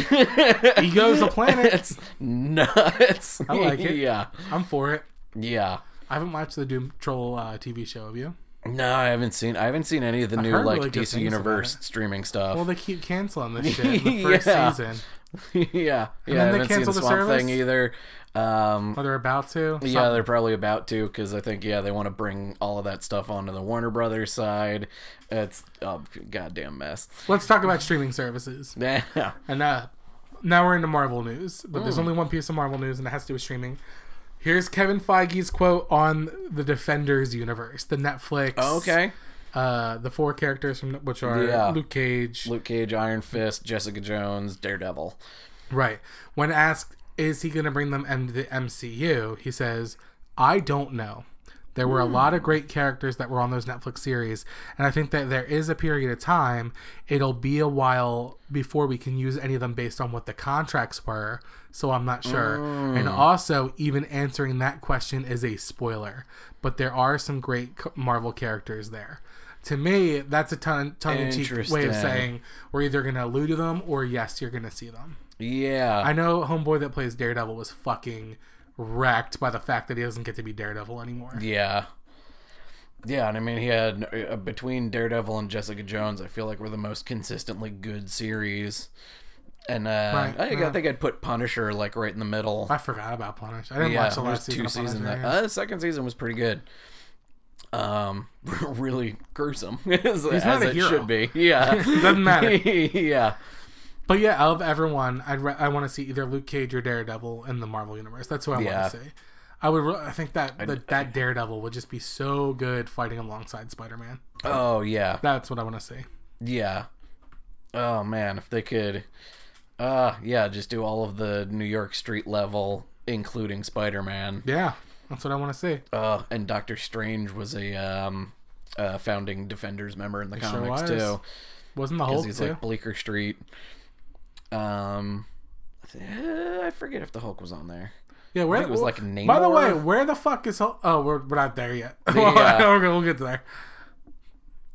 Speaker 1: Ego's a
Speaker 3: *laughs*
Speaker 1: planet.
Speaker 3: It's
Speaker 1: *laughs*
Speaker 3: nuts. I
Speaker 1: like it.
Speaker 3: Yeah.
Speaker 1: I'm for it.
Speaker 3: Yeah.
Speaker 1: I haven't watched the Doom Patrol uh, TV show of you.
Speaker 3: No, I haven't seen I haven't seen any of the new
Speaker 1: heard
Speaker 3: like
Speaker 1: really good
Speaker 3: DC
Speaker 1: things about
Speaker 3: Universe streaming stuff.
Speaker 1: Well, they keep canceling this shit in
Speaker 3: *laughs*
Speaker 1: the first
Speaker 3: Yeah.
Speaker 1: season.
Speaker 3: *laughs* yeah.
Speaker 1: then
Speaker 3: yeah, I
Speaker 1: they
Speaker 3: haven't seen
Speaker 1: canceled the
Speaker 3: Swamp
Speaker 1: service?
Speaker 3: Thing either. Um
Speaker 1: Or they're about to.
Speaker 3: yeah, they're probably about to because I think yeah they want to bring all of that stuff onto the Warner Brothers side. It's a goddamn mess. *laughs*
Speaker 1: Let's talk about streaming services.
Speaker 3: Yeah,
Speaker 1: And uh, now we're into Marvel news, but
Speaker 3: Hmm.
Speaker 1: there's only one piece of Marvel news, and it has to do with streaming. Here's Kevin Feige's quote on the Defenders universe, the Netflix.
Speaker 3: Oh, okay.
Speaker 1: Uh, the four characters from which are
Speaker 3: Yeah.
Speaker 1: Luke Cage.
Speaker 3: Luke Cage, Iron Fist, Jessica Jones, Daredevil.
Speaker 1: Right. When asked, is he going to bring them into the MCU? He says, I don't know. There were a lot of great characters that were on those Netflix series, and I think that there is a period of time. It'll be a while before we can use any of them based on what the contracts were. So I'm not sure. And also, even answering that question is a spoiler. But there are some great c- Marvel characters there. To me, that's a ton tongue in cheek way
Speaker 3: Interesting.
Speaker 1: of saying we're either going to allude to them or yes, you're going to see them.
Speaker 3: Yeah.
Speaker 1: I know homeboy that plays Daredevil was fucking wrecked by the fact that he doesn't get to be Daredevil anymore.
Speaker 3: Yeah. Yeah, and I mean, he had uh, between Daredevil and Jessica Jones, I feel like were the most consistently good series. And uh,
Speaker 1: Right,
Speaker 3: I, think- I
Speaker 1: yeah.
Speaker 3: think I'd put Punisher like right in the middle.
Speaker 1: I forgot about Punisher. I didn't
Speaker 3: yeah,
Speaker 1: watch the
Speaker 3: there's
Speaker 1: last season.
Speaker 3: two
Speaker 1: of Punisher,
Speaker 3: seasons. that-
Speaker 1: yeah.
Speaker 3: uh, the second season was pretty good. Um, *laughs* really gruesome. *laughs* as as
Speaker 1: not a
Speaker 3: it
Speaker 1: hero.
Speaker 3: should be.
Speaker 1: *laughs*
Speaker 3: Yeah,
Speaker 1: Doesn't matter.
Speaker 3: *laughs* yeah,
Speaker 1: But yeah, out of everyone, I'd re- I want to see either Luke Cage or Daredevil in the Marvel universe. That's what I
Speaker 3: Yeah.
Speaker 1: want to see. I would. Re- I think that that that Daredevil would just be so good fighting alongside Spider Man.
Speaker 3: oh yeah.
Speaker 1: That's what I want to see.
Speaker 3: Yeah. Oh man, if they could uh yeah, just do all of the New York street level including Spider-Man.
Speaker 1: Yeah, that's what I want to see.
Speaker 3: Uh and Doctor Strange was a um uh founding defenders member in the
Speaker 1: sure was.
Speaker 3: comics too.
Speaker 1: Wasn't the
Speaker 3: Cuz
Speaker 1: Hulk
Speaker 3: he's
Speaker 1: too?
Speaker 3: like Bleecker Street. Um I th- uh, I forget if the Hulk was on there.
Speaker 1: yeah, where
Speaker 3: think it was, like,
Speaker 1: By the way,
Speaker 3: Namor.
Speaker 1: where the fuck is Hulk? Oh, we're, we're not there yet. *laughs*
Speaker 3: Yeah.
Speaker 1: we're gonna, we'll get to there.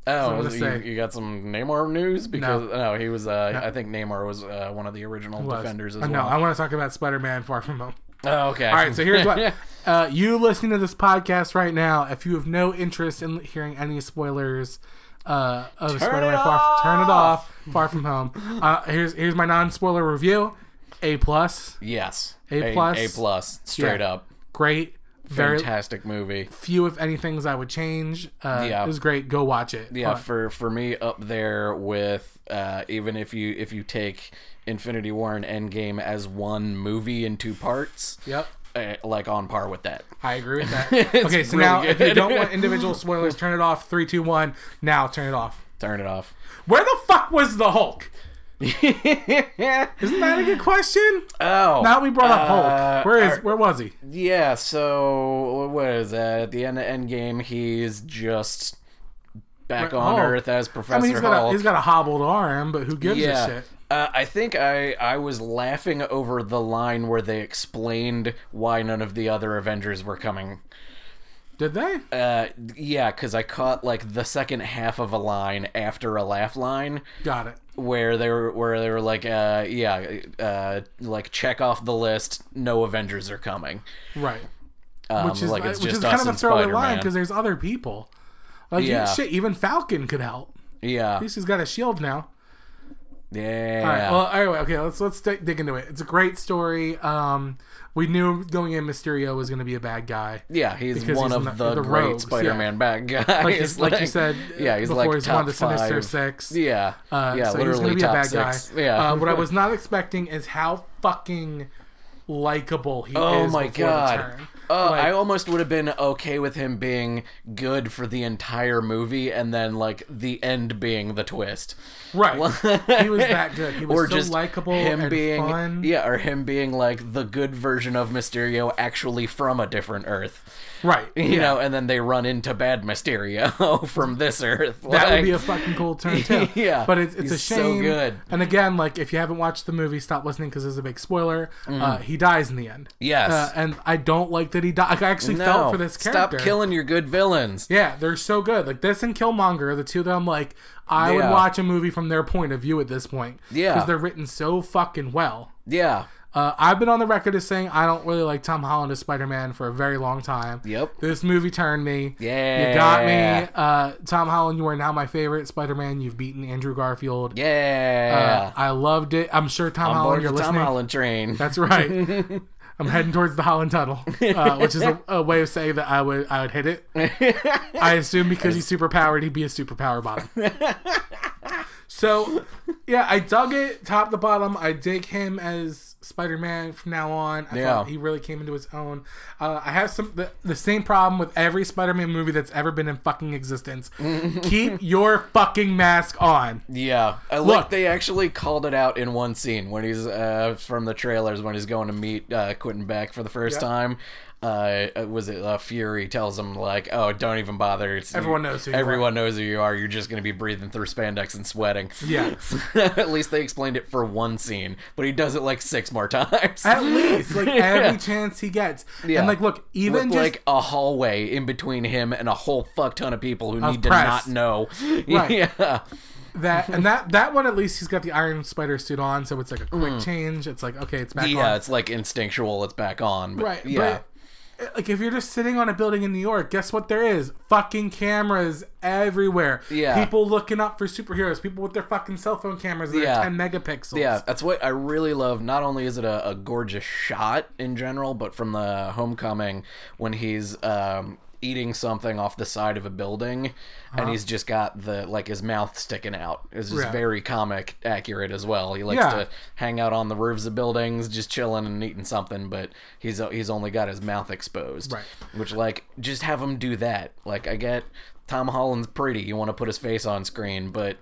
Speaker 3: Oh,
Speaker 1: gonna
Speaker 3: was it-
Speaker 1: say-
Speaker 3: you, you got some Namor news because no, he was uh, I think Namor was uh, one of the original
Speaker 1: Was.
Speaker 3: defenders as
Speaker 1: Uh, no,
Speaker 3: well.
Speaker 1: I want to talk about Spider Man Far From Home.
Speaker 3: oh, okay.
Speaker 1: All right, so here's
Speaker 3: *laughs*
Speaker 1: what. Uh, you listening to this podcast right now, if you have no interest in hearing any spoilers uh, of Spider-Man Far,
Speaker 3: off!
Speaker 1: turn it off. Far from home. Uh, here's here's my non-spoiler review. A plus,
Speaker 3: Yes.
Speaker 1: A plus.
Speaker 3: A, plus. Straight
Speaker 1: Yeah.
Speaker 3: up.
Speaker 1: great. Very
Speaker 3: Fantastic movie.
Speaker 1: few, if any, things I would change. Uh,
Speaker 3: Yeah.
Speaker 1: It was great. Go watch it.
Speaker 3: Yeah,
Speaker 1: Fun.
Speaker 3: for for me up there with uh, even if you if you take Infinity War and Endgame as one movie in two parts.
Speaker 1: Yep.
Speaker 3: Uh, like on par with that.
Speaker 1: I agree
Speaker 3: *laughs*
Speaker 1: with that.
Speaker 3: It's
Speaker 1: okay, so
Speaker 3: really
Speaker 1: now if you
Speaker 3: good.
Speaker 1: don't want individual spoilers, turn it off. Three, two, one. Now turn it off.
Speaker 3: Turn it off.
Speaker 1: Where the fuck was the
Speaker 3: *laughs*
Speaker 1: Hulk?
Speaker 3: oh.
Speaker 1: Isn't that a good question? Oh. Now we brought up
Speaker 3: uh,
Speaker 1: Hulk. Where is
Speaker 3: are-
Speaker 1: where was he?
Speaker 3: Yeah, so what is that? At the end of Endgame, he's just back
Speaker 1: Right,
Speaker 3: on
Speaker 1: Hulk.
Speaker 3: Earth as Professor
Speaker 1: I mean, he's got, a,
Speaker 3: Hulk.
Speaker 1: he's got a hobbled arm, but who gives a shit?
Speaker 3: Uh, I think I, I was laughing over the line where they explained why none of the other Avengers were coming.
Speaker 1: Did they?
Speaker 3: Uh, yeah, because I caught like the second half of a line after a laugh line
Speaker 1: Got it.
Speaker 3: where they were where they were like, uh, yeah, uh, like check off the list, no Avengers are coming.
Speaker 1: Right.
Speaker 3: Um,
Speaker 1: Which is uh,
Speaker 3: like it's
Speaker 1: which
Speaker 3: just
Speaker 1: is
Speaker 3: us
Speaker 1: kind of a
Speaker 3: and
Speaker 1: throwaway
Speaker 3: Spider-Man.
Speaker 1: line because there's other people. Like you-
Speaker 3: Yeah.
Speaker 1: shit, even Falcon could help.
Speaker 3: yeah,
Speaker 1: At least he's got a shield now.
Speaker 3: yeah.
Speaker 1: All right. Well, anyway, okay. Let's let's dig dig into it. It's a great story. Um, we knew going in Mysterio was going to be a bad guy.
Speaker 3: Yeah, he's
Speaker 1: Because
Speaker 3: one
Speaker 1: he's
Speaker 3: of
Speaker 1: not-
Speaker 3: the,
Speaker 1: the
Speaker 3: great
Speaker 1: rogues, yeah.
Speaker 3: Spider-Man bad guys. *laughs*
Speaker 1: Like, you- like you said,
Speaker 3: yeah, he's
Speaker 1: before
Speaker 3: like
Speaker 1: he's
Speaker 3: top
Speaker 1: one of the Sinister
Speaker 3: five.
Speaker 1: Six.
Speaker 3: Yeah,
Speaker 1: Uh,
Speaker 3: yeah,
Speaker 1: so he was going to be
Speaker 3: literally
Speaker 1: a
Speaker 3: top
Speaker 1: bad
Speaker 3: six.
Speaker 1: guy.
Speaker 3: Yeah,
Speaker 1: Uh, what I was not expecting is how fucking likable he
Speaker 3: *laughs* Oh
Speaker 1: is.
Speaker 3: my
Speaker 1: before the
Speaker 3: god!
Speaker 1: turn.
Speaker 3: Uh,
Speaker 1: Like-
Speaker 3: I almost would have been okay with him being good for the entire movie, and then like the end being the twist.
Speaker 1: Right. he was that good. He was
Speaker 3: or
Speaker 1: so
Speaker 3: just
Speaker 1: likable
Speaker 3: him
Speaker 1: and
Speaker 3: being,
Speaker 1: fun.
Speaker 3: yeah, or him being like the good version of Mysterio, actually from a different Earth, *laughs*
Speaker 1: Right.
Speaker 3: you know, and then they run into bad Mysterio *laughs* from this Earth.
Speaker 1: That would be a
Speaker 3: Like-
Speaker 1: fucking cool
Speaker 3: *laughs*
Speaker 1: turn too.
Speaker 3: Yeah.
Speaker 1: but it's, it's a
Speaker 3: He's so
Speaker 1: shame.
Speaker 3: good.
Speaker 1: And again, like if you haven't watched the movie, stop listening because it's a big spoiler. Uh, he dies in the end.
Speaker 3: Mm. Yes.
Speaker 1: uh, and I don't like that he died. I actually felt for this character.
Speaker 3: Stop killing your good villains.
Speaker 1: Yeah, they're so good. Like this and Killmonger, are the two that I'm like, I would
Speaker 3: Yeah.
Speaker 1: watch a movie from their point of view at this point.
Speaker 3: Yeah.
Speaker 1: because they're written so fucking well.
Speaker 3: Yeah.
Speaker 1: Uh, I've been on the record as saying I don't really like Tom Holland as Spider Man for a very long time.
Speaker 3: Yep.
Speaker 1: This movie turned me.
Speaker 3: Yeah.
Speaker 1: You got me. Uh, Tom Holland, you are now my favorite Spider Man. You've beaten Andrew Garfield. Uh,
Speaker 3: Yeah.
Speaker 1: I loved it. I'm sure Tom
Speaker 3: I'm
Speaker 1: Holland,
Speaker 3: board
Speaker 1: you're
Speaker 3: the Tom
Speaker 1: listening.
Speaker 3: Holland train.
Speaker 1: That's right. I'm heading towards the Holland Tunnel, uh, which is a, a way of saying that I would I would hit it. I assume because he's superpowered, he'd be a superpower bottom. So, yeah, I dug it top to bottom. I dig him as Spider Man from now on. I
Speaker 3: Yeah.
Speaker 1: thought he really came into his own. Uh, I have some the, the same problem with every Spider Man movie that's ever been in fucking existence. Keep your fucking mask on.
Speaker 3: Yeah, I
Speaker 1: Look.
Speaker 3: like they actually called it out in one scene when he's uh, from the trailers when he's going to meet uh, Quentin Beck for the first
Speaker 1: Yeah.
Speaker 3: time. Uh, was it uh, Fury tells him like, "Oh, don't even bother." It's,
Speaker 1: Everyone knows who you
Speaker 3: everyone knows who you are. You're just going to be breathing through spandex and sweating.
Speaker 1: Yeah.
Speaker 3: *laughs* At least they explained it for one scene, but he does it like six more times.
Speaker 1: At least, like every
Speaker 3: Yeah.
Speaker 1: chance he gets.
Speaker 3: Yeah.
Speaker 1: And like, look,
Speaker 3: *laughs* With
Speaker 1: even just
Speaker 3: like a hallway in between him and a whole fuck ton of people who need to
Speaker 1: press.
Speaker 3: not know. *laughs*
Speaker 1: Right.
Speaker 3: Yeah.
Speaker 1: that
Speaker 3: *laughs*
Speaker 1: and that that one at least he's got the Iron Spider suit on, so it's like a quick change. It's like okay, it's back
Speaker 3: Mm. Yeah,
Speaker 1: on.
Speaker 3: it's like instinctual. It's back on. But
Speaker 1: Right.
Speaker 3: Yeah.
Speaker 1: But, like if you're just sitting on a building in New York, guess what there is? Fucking cameras everywhere.
Speaker 3: Yeah.
Speaker 1: People looking up for superheroes. People with their fucking cell phone cameras that
Speaker 3: Yeah.
Speaker 1: are 10 megapixels.
Speaker 3: yeah, that's what I really love. Not only is it a, a gorgeous shot in general, but from the homecoming when he's um, eating something off the side of a building, and he's just got the like his mouth sticking out. It's just
Speaker 1: Uh-huh. Yeah.
Speaker 3: very comic accurate as well. He likes
Speaker 1: Yeah.
Speaker 3: to hang out on the roofs of buildings, just chilling and eating something, but he's he's only got his mouth exposed.
Speaker 1: Right.
Speaker 3: Which like just have him do that. Like I get Tom Holland's pretty. You want to put his face on screen, but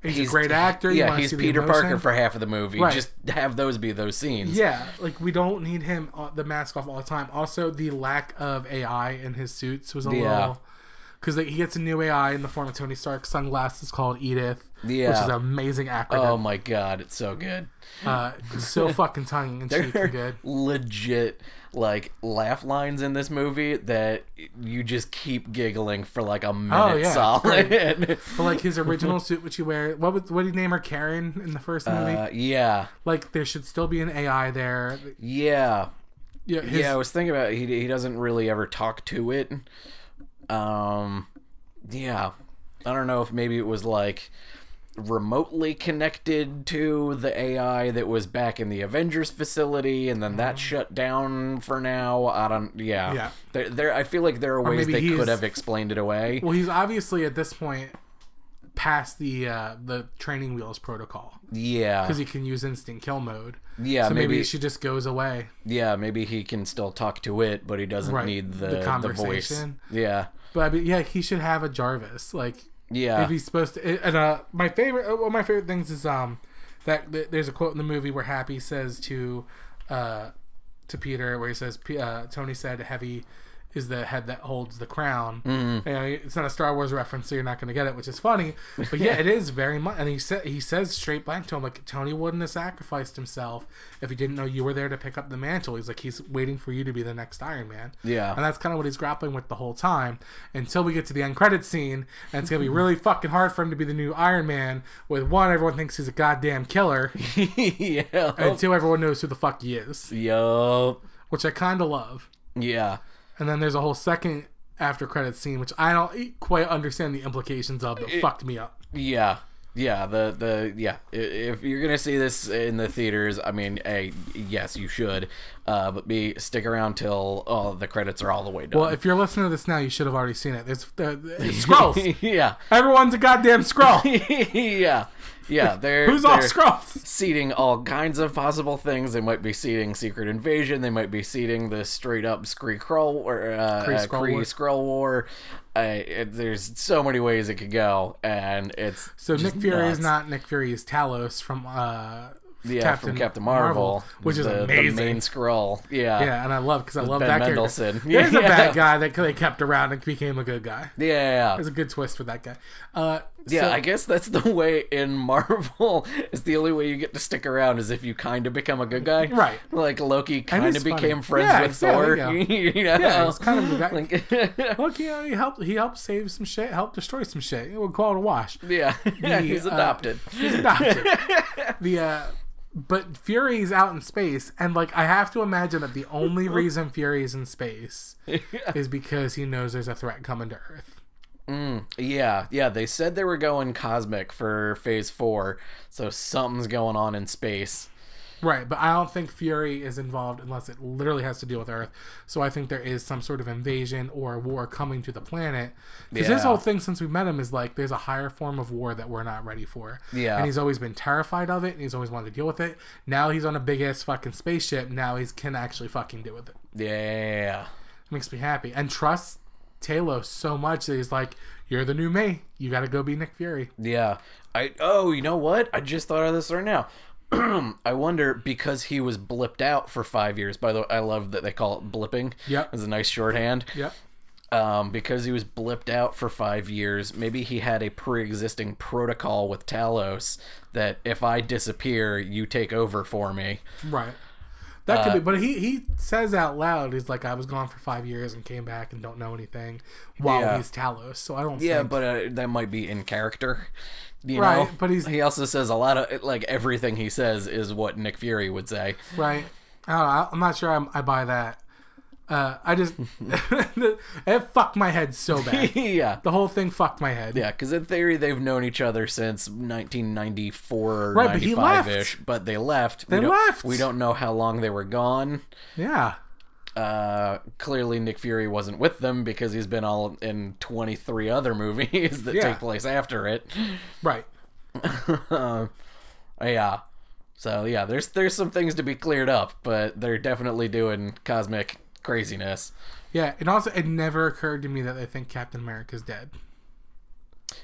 Speaker 1: He's, a great actor. You
Speaker 3: Yeah,
Speaker 1: wanna
Speaker 3: he's
Speaker 1: see the
Speaker 3: Peter
Speaker 1: emotion.
Speaker 3: Parker for half of the movie.
Speaker 1: Right.
Speaker 3: Just have those be those scenes.
Speaker 1: Yeah, like we don't need him uh, the mask off all the time. Also, the lack of AI in his suits was a
Speaker 3: Yeah.
Speaker 1: little because like he gets a new AI in the form of Tony Stark's sunglasses called Edith, which
Speaker 3: Yeah.
Speaker 1: is an amazing
Speaker 3: Oh
Speaker 1: acronym.
Speaker 3: my god, it's so good.
Speaker 1: Uh,
Speaker 3: *laughs*
Speaker 1: so fucking tongue in cheek and good.
Speaker 3: Legit, like laugh lines in this movie that you just keep giggling for like a minute
Speaker 1: Oh, yeah, it's
Speaker 3: *laughs* solid.
Speaker 1: But like his original suit, which he wear, what would what did he name her Karen in the first movie?
Speaker 3: uh, yeah,
Speaker 1: like there should still be an AI there.
Speaker 3: yeah,
Speaker 1: Yeah, his,
Speaker 3: yeah. I was thinking about it. he. He doesn't really ever talk to it. Um, yeah, I don't know if maybe it was like remotely connected to the AI that was back in the Avengers facility, and then that shut down for now. I don't. Yeah,
Speaker 1: Mm. Yeah.
Speaker 3: There, there. I feel like there are ways
Speaker 1: maybe
Speaker 3: they
Speaker 1: he
Speaker 3: could
Speaker 1: is-
Speaker 3: have explained it away.
Speaker 1: Well, he's obviously at this point past the uh, the training wheels protocol
Speaker 3: yeah,
Speaker 1: because he can use instant kill mode.
Speaker 3: yeah.
Speaker 1: so maybe,
Speaker 3: maybe.
Speaker 1: she just goes away.
Speaker 3: yeah, maybe he can still talk to it, but he doesn't
Speaker 1: Right,
Speaker 3: need
Speaker 1: the
Speaker 3: the the, voice.
Speaker 1: conversation.
Speaker 3: Yeah.
Speaker 1: But I mean, yeah, he should have a Jarvis. Like
Speaker 3: Yeah.
Speaker 1: if he's supposed to. And uh, my favorite, uh, one of my favorite things is um that th- there's a quote in the movie where Happy says to uh to Peter where he says P- uh, Tony said heavy is the head that holds the crown. You know, it's not a Star Wars reference, so you're not going to get it, which is funny. But yeah, it is very much. And he said he says straight blank to him like Tony wouldn't have sacrificed himself if he didn't know you were there to pick up the mantle. He's like he's waiting for you to be the next Iron Man.
Speaker 3: Yeah.
Speaker 1: And that's kind of what he's grappling with the whole time until we get to the end credit scene. And it's going to be really fucking hard for him to be the new Iron Man with one, everyone thinks he's a goddamn killer,
Speaker 3: *laughs* yeah.
Speaker 1: *laughs* and two, everyone knows who the fuck he is,
Speaker 3: Yup.
Speaker 1: which I kind of love.
Speaker 3: Yeah.
Speaker 1: And then there's a whole second after credit scene, which I don't quite understand the implications of, but fucked me up.
Speaker 3: Yeah. Yeah, the the yeah. I- If you're gonna see this in the theaters, I mean, a yes, you should, uh, but b stick around till oh, the credits are all the way done.
Speaker 1: Well, if you're listening to this now, you should have already seen it. There's uh,
Speaker 3: *laughs*
Speaker 1: it's scrolls.
Speaker 3: yeah,
Speaker 1: Everyone's a goddamn scroll.
Speaker 3: *laughs* yeah, yeah. They're
Speaker 1: Who's all
Speaker 3: they're
Speaker 1: scrolls?
Speaker 3: seating all kinds of possible things. They might be seating Secret Invasion. They might be seating the straight up Kree Skrull or uh,
Speaker 1: Kree
Speaker 3: uh,
Speaker 1: Skrull
Speaker 3: Kree
Speaker 1: War.
Speaker 3: Skrull War. Uh, it, there's so many ways it could go, and it's
Speaker 1: So
Speaker 3: just
Speaker 1: Nick Fury is
Speaker 3: nuts.
Speaker 1: not Nick Fury is Talos from uh
Speaker 3: yeah, from Captain Marvel,
Speaker 1: which is
Speaker 3: the,
Speaker 1: amazing.
Speaker 3: The main scroll, yeah, yeah,
Speaker 1: yeah, and I love because I love
Speaker 3: Ben
Speaker 1: that
Speaker 3: Mendelsohn.
Speaker 1: character. *laughs* There's a
Speaker 3: Yeah.
Speaker 1: bad guy that they kept around and became a good guy.
Speaker 3: yeah. yeah.
Speaker 1: There's a good twist with that guy. Uh,
Speaker 3: Yeah,
Speaker 1: so-
Speaker 3: I guess that's the way in Marvel *laughs* is the only way you get to stick around is if you kind of become a good guy,
Speaker 1: Right.
Speaker 3: Like Loki kind
Speaker 1: it's
Speaker 3: of
Speaker 1: funny.
Speaker 3: became friends
Speaker 1: Yeah,
Speaker 3: with
Speaker 1: yeah, there
Speaker 3: Thor.
Speaker 1: you
Speaker 3: *laughs* you know?
Speaker 1: yeah, it's kind of the guy.
Speaker 3: *laughs* like, *laughs*
Speaker 1: Look, yeah, he helped. He helped save some shit. Helped destroy some shit. We'll call it a wash.
Speaker 3: yeah, *laughs* he's
Speaker 1: uh,
Speaker 3: adopted.
Speaker 1: He's adopted. the uh, but Fury's out in space, and like I have to imagine that the only reason Fury's in space is because he knows there's a threat coming to Earth.
Speaker 3: Yeah, yeah. They said they were going cosmic for Phase Four, so something's going on in space.
Speaker 1: Right, but I don't think Fury is involved unless it literally has to deal with Earth. So I think there is some sort of invasion or war coming to the planet. Because his
Speaker 3: Yeah.
Speaker 1: whole thing since we met him is like there's a higher form of war that we're not ready for.
Speaker 3: Yeah.
Speaker 1: And he's always been terrified of it and he's always wanted to deal with it. Now he's on a big ass fucking spaceship. Now he can actually fucking deal with it.
Speaker 3: Yeah.
Speaker 1: makes me happy. And trusts Talos so much that he's like, You're the new me. You gotta go be Nick Fury.
Speaker 3: Yeah. I oh, you know what? I just thought of this right now. *clears throat* I wonder because he was blipped out for five years. By the way, I love that they call it blipping.
Speaker 1: Yep.
Speaker 3: it's a nice shorthand.
Speaker 1: Yep.
Speaker 3: Um, because he was blipped out for five years, maybe he had a pre-existing protocol with Talos that if I disappear, you take over for me.
Speaker 1: Right. That
Speaker 3: Uh,
Speaker 1: could be, but he he says out loud, he's like, "I was gone for five years and came back and don't know anything." While
Speaker 3: Yeah.
Speaker 1: he's Talos, so I don't.
Speaker 3: Yeah,
Speaker 1: think,
Speaker 3: but uh, that might be in character. You
Speaker 1: Right,
Speaker 3: know?
Speaker 1: but he's-
Speaker 3: he also says a lot of like everything he says is what Nick Fury would say. *laughs*
Speaker 1: right. I don't know, I- I'm not sure I'm, I buy that. Uh, I
Speaker 3: *laughs*
Speaker 1: just *laughs* it fucked my head so bad.
Speaker 3: yeah.
Speaker 1: The whole thing fucked my head.
Speaker 3: Yeah, because in theory they've known each other since 1994 or
Speaker 1: Right, but he
Speaker 3: 95-ish, but they left.
Speaker 1: They
Speaker 3: we don't-
Speaker 1: left!
Speaker 3: We don't know how long they were gone.
Speaker 1: yeah.
Speaker 3: Uh, clearly, Nick Fury wasn't with them because he's been all in 23 other *laughs* movies that
Speaker 1: Yeah.
Speaker 3: take place after it.
Speaker 1: Right.
Speaker 3: Uh, Yeah. So yeah, there's there's some things to be cleared up, but they're definitely doing cosmic craziness.
Speaker 1: Yeah. And also, it never occurred to me that they think Captain America's dead.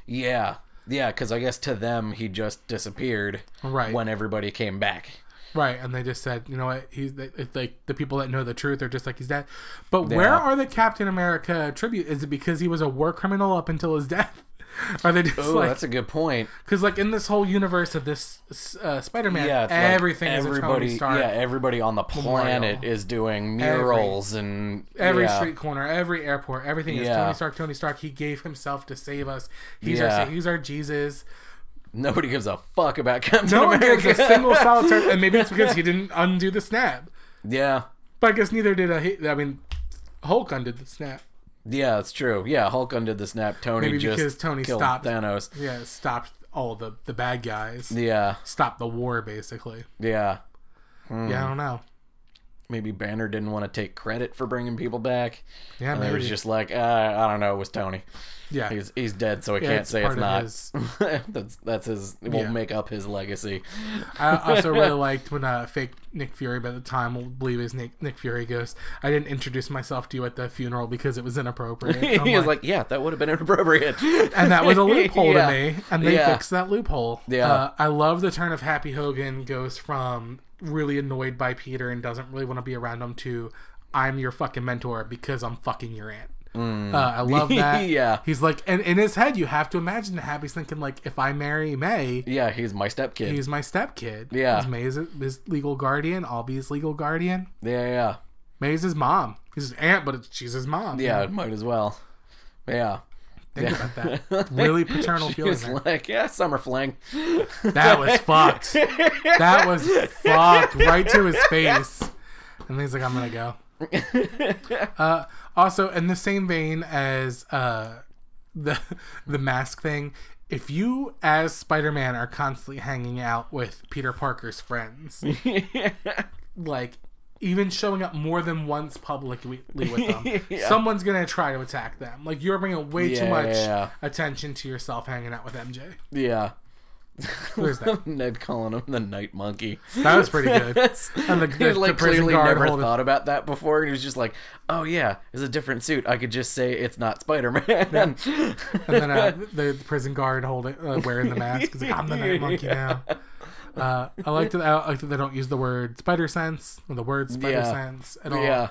Speaker 3: Yeah, yeah, because I guess to them he just disappeared
Speaker 1: Right.
Speaker 3: when everybody came back.
Speaker 1: Right, and they just said, you know what? He's it's like the people that know the truth are just like he's dead. But where
Speaker 3: Yeah.
Speaker 1: are the Captain America tribute? Is it because he was a war criminal up until his death? *laughs* Are they just
Speaker 3: Oh,
Speaker 1: like
Speaker 3: that's a good point.
Speaker 1: because like in this whole universe of this uh, Spider-Man,
Speaker 3: Yeah, it's like
Speaker 1: everything
Speaker 3: everybody,
Speaker 1: is a Tony Stark.
Speaker 3: yeah, everybody on the planet
Speaker 1: memorial.
Speaker 3: is doing murals and
Speaker 1: Every
Speaker 3: yeah.
Speaker 1: street corner, every airport, everything is
Speaker 3: Yeah.
Speaker 1: Tony Stark. Tony Stark. He gave himself to save us. He's
Speaker 3: Yeah.
Speaker 1: our he's our
Speaker 3: *laughs*
Speaker 1: Jesus.
Speaker 3: Nobody gives a fuck about Captain
Speaker 1: No one
Speaker 3: America.
Speaker 1: gives a single solitary, and maybe it's because he didn't undo the snap.
Speaker 3: *laughs* yeah,
Speaker 1: But I guess neither did a. I mean, Hulk undid the snap.
Speaker 3: yeah, it's true. Yeah, Hulk undid the snap. Tony
Speaker 1: Maybe
Speaker 3: just
Speaker 1: because Tony
Speaker 3: killed
Speaker 1: stopped-
Speaker 3: Thanos.
Speaker 1: Yeah, it stopped all the the bad guys.
Speaker 3: Yeah,
Speaker 1: Stopped the war basically.
Speaker 3: yeah. Mm.
Speaker 1: Yeah, I don't know.
Speaker 3: Maybe Banner didn't want to take credit for bringing people back.
Speaker 1: Yeah,
Speaker 3: And they
Speaker 1: maybe.
Speaker 3: were just like, uh, I don't know, it was Tony.
Speaker 1: yeah.
Speaker 3: He's he's dead, so I
Speaker 1: Yeah,
Speaker 3: can't
Speaker 1: it's
Speaker 3: say
Speaker 1: part
Speaker 3: it's
Speaker 1: of
Speaker 3: not.
Speaker 1: his-
Speaker 3: *laughs* that's that's his. It won't
Speaker 1: Yeah.
Speaker 3: make up his legacy. *laughs*
Speaker 1: I also really liked when uh, fake Nick Fury by the time we'll believe is Nick Nick Fury goes. I didn't introduce myself to you at the funeral because it was
Speaker 3: *laughs*
Speaker 1: inappropriate.
Speaker 3: he
Speaker 1: I'm
Speaker 3: was like, yeah, that would have been inappropriate. *laughs*
Speaker 1: and that was a loophole
Speaker 3: Yeah.
Speaker 1: to me, and they
Speaker 3: Yeah.
Speaker 1: fixed that loophole.
Speaker 3: Yeah.
Speaker 1: uh, I love the turn of Happy Hogan goes from really annoyed by Peter and doesn't really want to be around him to I'm your fucking mentor because I'm fucking your aunt. Uh, I love that.
Speaker 3: Mm. *laughs* Yeah.
Speaker 1: he's like, and in his head, you have to imagine that Happy's thinking like, if I marry May,
Speaker 3: Yeah, he's my stepkid.
Speaker 1: he's my stepkid.
Speaker 3: Yeah.
Speaker 1: he's May's his legal guardian. I'll be his legal guardian.
Speaker 3: yeah, yeah,
Speaker 1: May's his mom. He's his aunt, but she's his mom.
Speaker 3: yeah. It might as well. Yeah.
Speaker 1: think about
Speaker 3: *laughs*
Speaker 1: that. Really paternal feeling.
Speaker 3: He's
Speaker 1: there.
Speaker 3: like, yeah, summer fling. *laughs*
Speaker 1: That was fucked. That was fucked right to his face. And he's like, I'm gonna go. Uh, also, in the same vein as uh, the the mask thing, if you as Spider Man are constantly hanging out with Peter Parker's friends, like even showing up more than once publicly with
Speaker 3: *laughs*
Speaker 1: them, someone's gonna try to attack them. Like you're bringing way too much
Speaker 3: Yeah.
Speaker 1: attention to yourself hanging out with MJ.
Speaker 3: Yeah.
Speaker 1: There's that.
Speaker 3: *laughs* Ned calling him the night monkey.
Speaker 1: That was pretty good. And the-
Speaker 3: *laughs* he
Speaker 1: the-
Speaker 3: like
Speaker 1: the prison
Speaker 3: clearly
Speaker 1: guard
Speaker 3: never
Speaker 1: holding-
Speaker 3: thought about that before, and he was just like, "Oh yeah, it's a different suit. I could just say it's not Spider *laughs* Man."
Speaker 1: and then uh, the prison guard holding uh, wearing the mask. He's like, I'm the night
Speaker 3: *laughs*
Speaker 1: monkey now. Uh, I like that. I like that they don't use the word spider sense or the word spider
Speaker 3: Yeah.
Speaker 1: sense at all. *laughs*
Speaker 3: *laughs* yeah, Uh.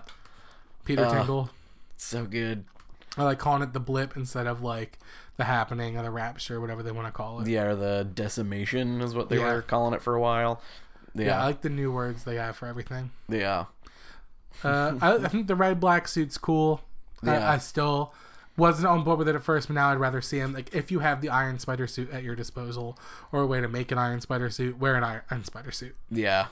Speaker 1: Peter Tingle.
Speaker 3: so good.
Speaker 1: I like calling it the blip instead of like the happening or the rapture, whatever they want to call it.
Speaker 3: Yeah, or the decimation is what they
Speaker 1: Yeah.
Speaker 3: were calling it for a while.
Speaker 1: Yeah, I
Speaker 3: Yeah,
Speaker 1: like the new words they have for everything.
Speaker 3: yeah, yeah.
Speaker 1: Uh, I, I think the red black suit's cool.
Speaker 3: Yeah.
Speaker 1: I, I still wasn't on board with it at first, but now I'd rather see him. Like, if you have the Iron Spider suit at your disposal or a way to make an Iron Spider suit, wear an Iron Spider suit. You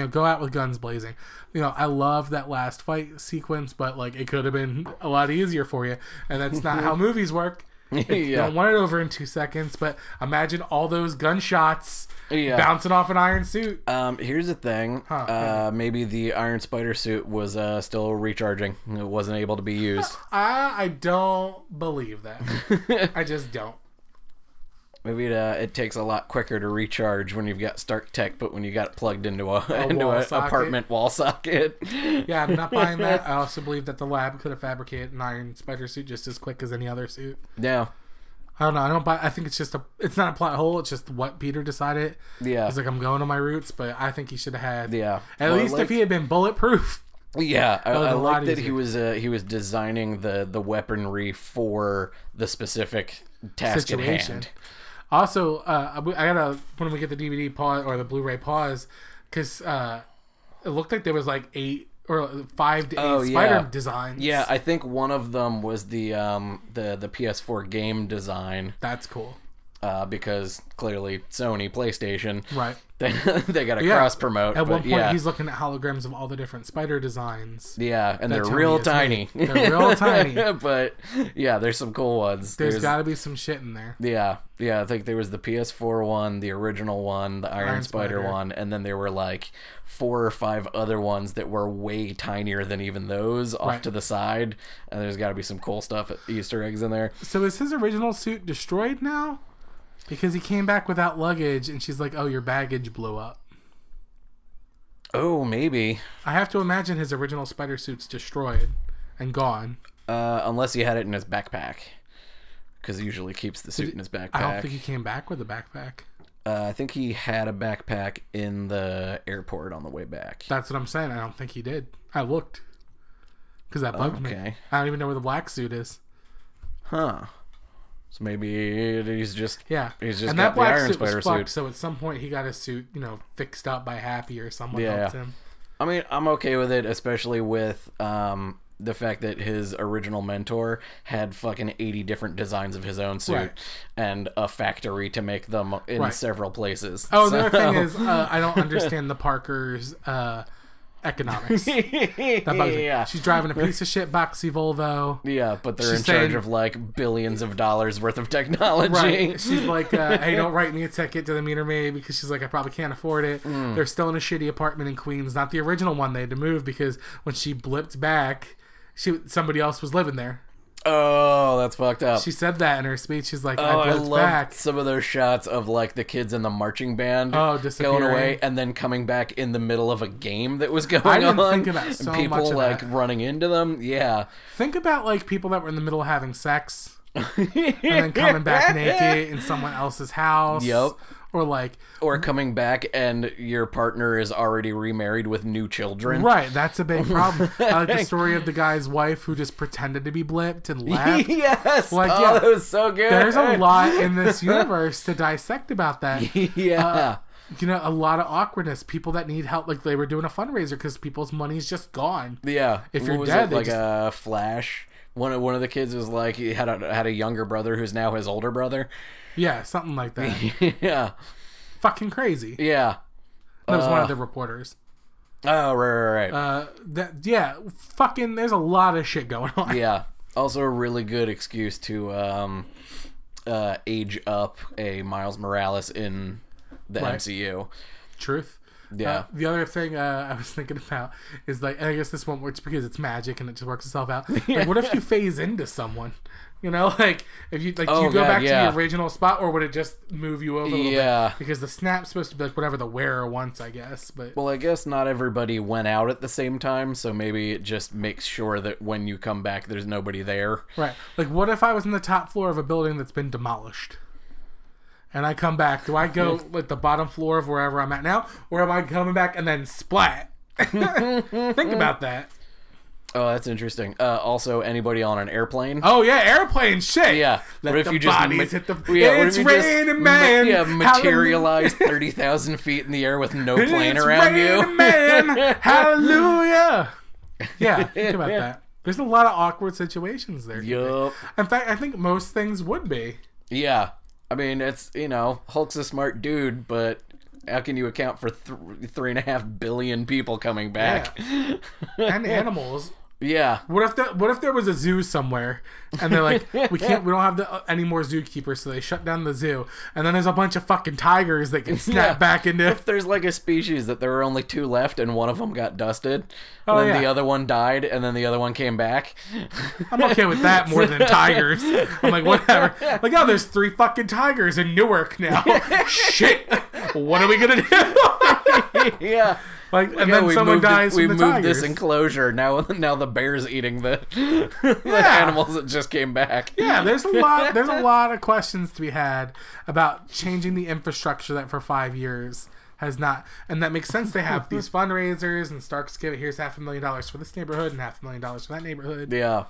Speaker 1: know, go out with guns blazing. You know, I love that last
Speaker 3: *laughs*
Speaker 1: fight sequence, but like it could have been a lot easier for you, and that's not how movies work.
Speaker 3: yeah.
Speaker 1: Don't want it over in two seconds, but imagine all those gunshots
Speaker 3: Yeah.
Speaker 1: bouncing off an iron suit.
Speaker 3: Um, here's the thing. uh, maybe the Iron Spider suit was uh, still recharging. It wasn't able to
Speaker 1: *laughs*
Speaker 3: be used.
Speaker 1: I, I don't believe that.
Speaker 3: *laughs*
Speaker 1: I just don't.
Speaker 3: Maybe it, uh, it takes a lot quicker to recharge when you've got Stark Tech, but when you got it plugged into a, *laughs* into
Speaker 1: wall
Speaker 3: an
Speaker 1: socket.
Speaker 3: apartment wall socket. *laughs*
Speaker 1: Yeah, I'm not buying that. I also believe that the lab could have fabricated an iron spider suit just as quick as any other suit.
Speaker 3: No.
Speaker 1: I don't know. I don't buy. I think it's just a. It's not a plot hole. It's just what Peter decided.
Speaker 3: Yeah.
Speaker 1: He's like, I'm going to my roots, but I think he should have had.
Speaker 3: Yeah.
Speaker 1: At
Speaker 3: Well, I
Speaker 1: least
Speaker 3: like-
Speaker 1: if he had been bulletproof. *laughs*
Speaker 3: Yeah, I,
Speaker 1: was
Speaker 3: I
Speaker 1: a lot
Speaker 3: like that he
Speaker 1: easier.
Speaker 3: was uh, he was designing the the weaponry for the specific task at
Speaker 1: situation.
Speaker 3: hand.
Speaker 1: Also, uh, I w- I gotta when we get the DVD pause or the Blu-ray pause, because uh, it looked like there was like eight or five to eight
Speaker 3: Oh, yeah.
Speaker 1: spider designs.
Speaker 3: Yeah, I think one of them was the um the the PS4 game design
Speaker 1: that's cool.
Speaker 3: uh, because clearly Sony PlayStation
Speaker 1: Right.
Speaker 3: *laughs* they, they got to
Speaker 1: Yeah.
Speaker 3: cross promote.
Speaker 1: At one point,
Speaker 3: yeah.
Speaker 1: he's looking at holograms of all the different spider designs.
Speaker 3: yeah, and they're
Speaker 1: Tony
Speaker 3: real
Speaker 1: is me.
Speaker 3: tiny.
Speaker 1: They're
Speaker 3: *laughs*
Speaker 1: real tiny.
Speaker 3: but yeah, there's some cool ones.
Speaker 1: There's got to be some shit in there.
Speaker 3: Yeah, yeah. I think there was the PS4 one, the original one, the Iron,
Speaker 1: Iron
Speaker 3: Spider,
Speaker 1: Spider.
Speaker 3: one, and then there were like four or five other ones that were way tinier than even those off
Speaker 1: Right.
Speaker 3: to the side. And there's got to be some cool stuff, Easter eggs in there.
Speaker 1: So is his original suit destroyed now? Because he came back without luggage, and she's like, "Oh, your baggage blew up."
Speaker 3: Oh, maybe.
Speaker 1: I have to imagine his original spider suit's destroyed and gone.
Speaker 3: Uh, unless he had it in his backpack, because he usually keeps the suit in his backpack.
Speaker 1: I don't think he came back with a backpack.
Speaker 3: uh, I think he had a backpack in the airport on the way back.
Speaker 1: That's what I'm saying. I don't think he did. I looked because that bugged me.
Speaker 3: okay.
Speaker 1: I don't even know where the black suit is.
Speaker 3: Huh. So maybe he's just
Speaker 1: Yeah,
Speaker 3: He's just
Speaker 1: and
Speaker 3: got
Speaker 1: that
Speaker 3: the
Speaker 1: black
Speaker 3: Iron
Speaker 1: suit was
Speaker 3: Spider
Speaker 1: fucked.
Speaker 3: suit.
Speaker 1: So at some point he got his suit, you know, fixed up by Happy or someone
Speaker 3: Yeah.
Speaker 1: helped him.
Speaker 3: I mean, I'm okay with it, especially with um, the fact that his original mentor had fucking 80 different designs of his own suit
Speaker 1: Right.
Speaker 3: and a factory to make them in
Speaker 1: Right.
Speaker 3: several places.
Speaker 1: Oh, the other
Speaker 3: *laughs*
Speaker 1: thing is, uh, I don't understand the Parker's uh, economics. That bugs me.
Speaker 3: *laughs* yeah.
Speaker 1: She's driving a piece of shit boxy Volvo.
Speaker 3: Yeah, but they're
Speaker 1: She's
Speaker 3: in charge
Speaker 1: saying-
Speaker 3: of like billions of dollars worth of technology.
Speaker 1: Right.
Speaker 3: *laughs*
Speaker 1: She's like, uh, hey, don't write me a ticket to the meter maid because she's like, I probably can't afford it.
Speaker 3: Mm.
Speaker 1: They're still in a shitty apartment in Queens, not the original one they had to move because when she blipped back, she somebody else was living there.
Speaker 3: Oh, that's fucked up.
Speaker 1: She said that in her speech. She's like,
Speaker 3: Oh,
Speaker 1: I
Speaker 3: I
Speaker 1: blipped
Speaker 3: love
Speaker 1: back.
Speaker 3: some of those shots of like the kids in the marching band
Speaker 1: Oh,
Speaker 3: going
Speaker 1: disappearing.
Speaker 3: away and then coming back in the middle of a game that was *laughs* going
Speaker 1: didn't
Speaker 3: on.
Speaker 1: think of that
Speaker 3: and
Speaker 1: so
Speaker 3: people
Speaker 1: much of
Speaker 3: like
Speaker 1: that.
Speaker 3: running into them. Yeah.
Speaker 1: Think about like people that were in the middle of having
Speaker 3: *laughs*
Speaker 1: sex and then coming back naked in someone else's house.
Speaker 3: Yep.
Speaker 1: Or like,
Speaker 3: Or coming back and your partner is already remarried with new children.
Speaker 1: right, that's a big problem. I like the story of the guy's wife who just pretended to be blipped and left.
Speaker 3: *laughs* yes.
Speaker 1: Like,
Speaker 3: oh,
Speaker 1: yeah.
Speaker 3: that was so good.
Speaker 1: There's
Speaker 3: *laughs*
Speaker 1: a lot in this universe to dissect about that.
Speaker 3: yeah.
Speaker 1: You know, a lot of awkwardness. People that need help, like they were doing a fundraiser because people's money's just gone.
Speaker 3: Yeah.
Speaker 1: If
Speaker 3: What
Speaker 1: you're
Speaker 3: was
Speaker 1: dead,
Speaker 3: it,
Speaker 1: they
Speaker 3: like
Speaker 1: just-
Speaker 3: a flash. One of, one of the kids was like he had a had a younger brother who's now his
Speaker 1: *laughs*
Speaker 3: older brother.
Speaker 1: Yeah, something like that.
Speaker 3: *laughs* yeah,
Speaker 1: Fucking crazy.
Speaker 3: yeah.
Speaker 1: That was one of the reporters.
Speaker 3: Oh right, right, right.
Speaker 1: Uh, that yeah, fucking. There's a lot of shit going on.
Speaker 3: yeah. Also a really good excuse to um, uh, age up a Miles Morales in the
Speaker 1: Right.
Speaker 3: MCU.
Speaker 1: Truth.
Speaker 3: Yeah.
Speaker 1: Uh, the other thing uh, I was thinking about is like, and I guess this won't work because it's magic and it just works itself
Speaker 3: *laughs*
Speaker 1: out. Like, what if you phase into someone? You know, *laughs* like if you like, do
Speaker 3: Oh,
Speaker 1: you go
Speaker 3: God,
Speaker 1: back
Speaker 3: yeah.
Speaker 1: to the original spot, or would it just move you over? A little
Speaker 3: Yeah.
Speaker 1: bit? because the snap's supposed to be like whatever the wearer wants, I guess. But
Speaker 3: Well, I guess not everybody went out at the same time, so maybe it just makes sure that when you come back, there's nobody there.
Speaker 1: right, like what if I was in the top floor of a building that's been demolished? And I come back. Do I
Speaker 3: *laughs*
Speaker 1: go like the bottom floor of wherever I'm at now, or am I coming back and then splat? *laughs* Think about
Speaker 3: *laughs*
Speaker 1: that.
Speaker 3: Oh, that's interesting. Uh, also, anybody on an airplane?
Speaker 1: Oh yeah, airplane shit.
Speaker 3: Yeah.
Speaker 1: Let
Speaker 3: what if
Speaker 1: the
Speaker 3: you just
Speaker 1: bodies
Speaker 3: ma-
Speaker 1: hit the-
Speaker 3: yeah, what
Speaker 1: It's
Speaker 3: if you just
Speaker 1: raining
Speaker 3: ma-
Speaker 1: man.
Speaker 3: yeah,
Speaker 1: Hallelujah.
Speaker 3: materialize thirty thousand feet in the air with no plane
Speaker 1: It's
Speaker 3: around
Speaker 1: raining
Speaker 3: you. *laughs*
Speaker 1: man. Hallelujah. Yeah, think about that. There's a lot of awkward situations there.
Speaker 3: Yup.
Speaker 1: In fact, I think most things would be.
Speaker 3: Yeah. I mean, it's, you know, Hulk's a smart dude, but how can you account for th- three and a half billion people coming back?
Speaker 1: And animals.
Speaker 3: Yeah.
Speaker 1: What if that? What if there was a zoo somewhere, and they're like, we can't, we don't have the, uh, any more zookeepers, so they shut down the zoo, and then there's a bunch of fucking tigers that
Speaker 3: *laughs*
Speaker 1: get snapped
Speaker 3: Yeah.
Speaker 1: back into.
Speaker 3: If there's like a species that there were only two left and one of them got dusted, and
Speaker 1: Oh,
Speaker 3: then the
Speaker 1: yeah.
Speaker 3: other one died, and then the other one
Speaker 1: *laughs*
Speaker 3: came back. *laughs*
Speaker 1: I'm okay with that more than tigers. I'm like, whatever. Like, oh, there's three fucking tigers in Newark now.
Speaker 3: *laughs*
Speaker 1: Shit, what are we gonna do?
Speaker 3: yeah.
Speaker 1: like, and
Speaker 3: Yeah,
Speaker 1: then
Speaker 3: we
Speaker 1: someone
Speaker 3: moved it-
Speaker 1: dies
Speaker 3: we
Speaker 1: from the
Speaker 3: moved
Speaker 1: tigers.
Speaker 3: this enclosure. Now, *laughs* now the bear's eating the, *laughs* the
Speaker 1: Yeah.
Speaker 3: animals that just came back.
Speaker 1: yeah, there's a lot. There's
Speaker 3: *laughs*
Speaker 1: a lot of questions to be had about changing the infrastructure that for five years has not, and that makes sense. They have
Speaker 3: *laughs*
Speaker 1: these fundraisers and Starks give it here's half a million dollars for this neighborhood and half a million dollars for that neighborhood.
Speaker 3: Yeah.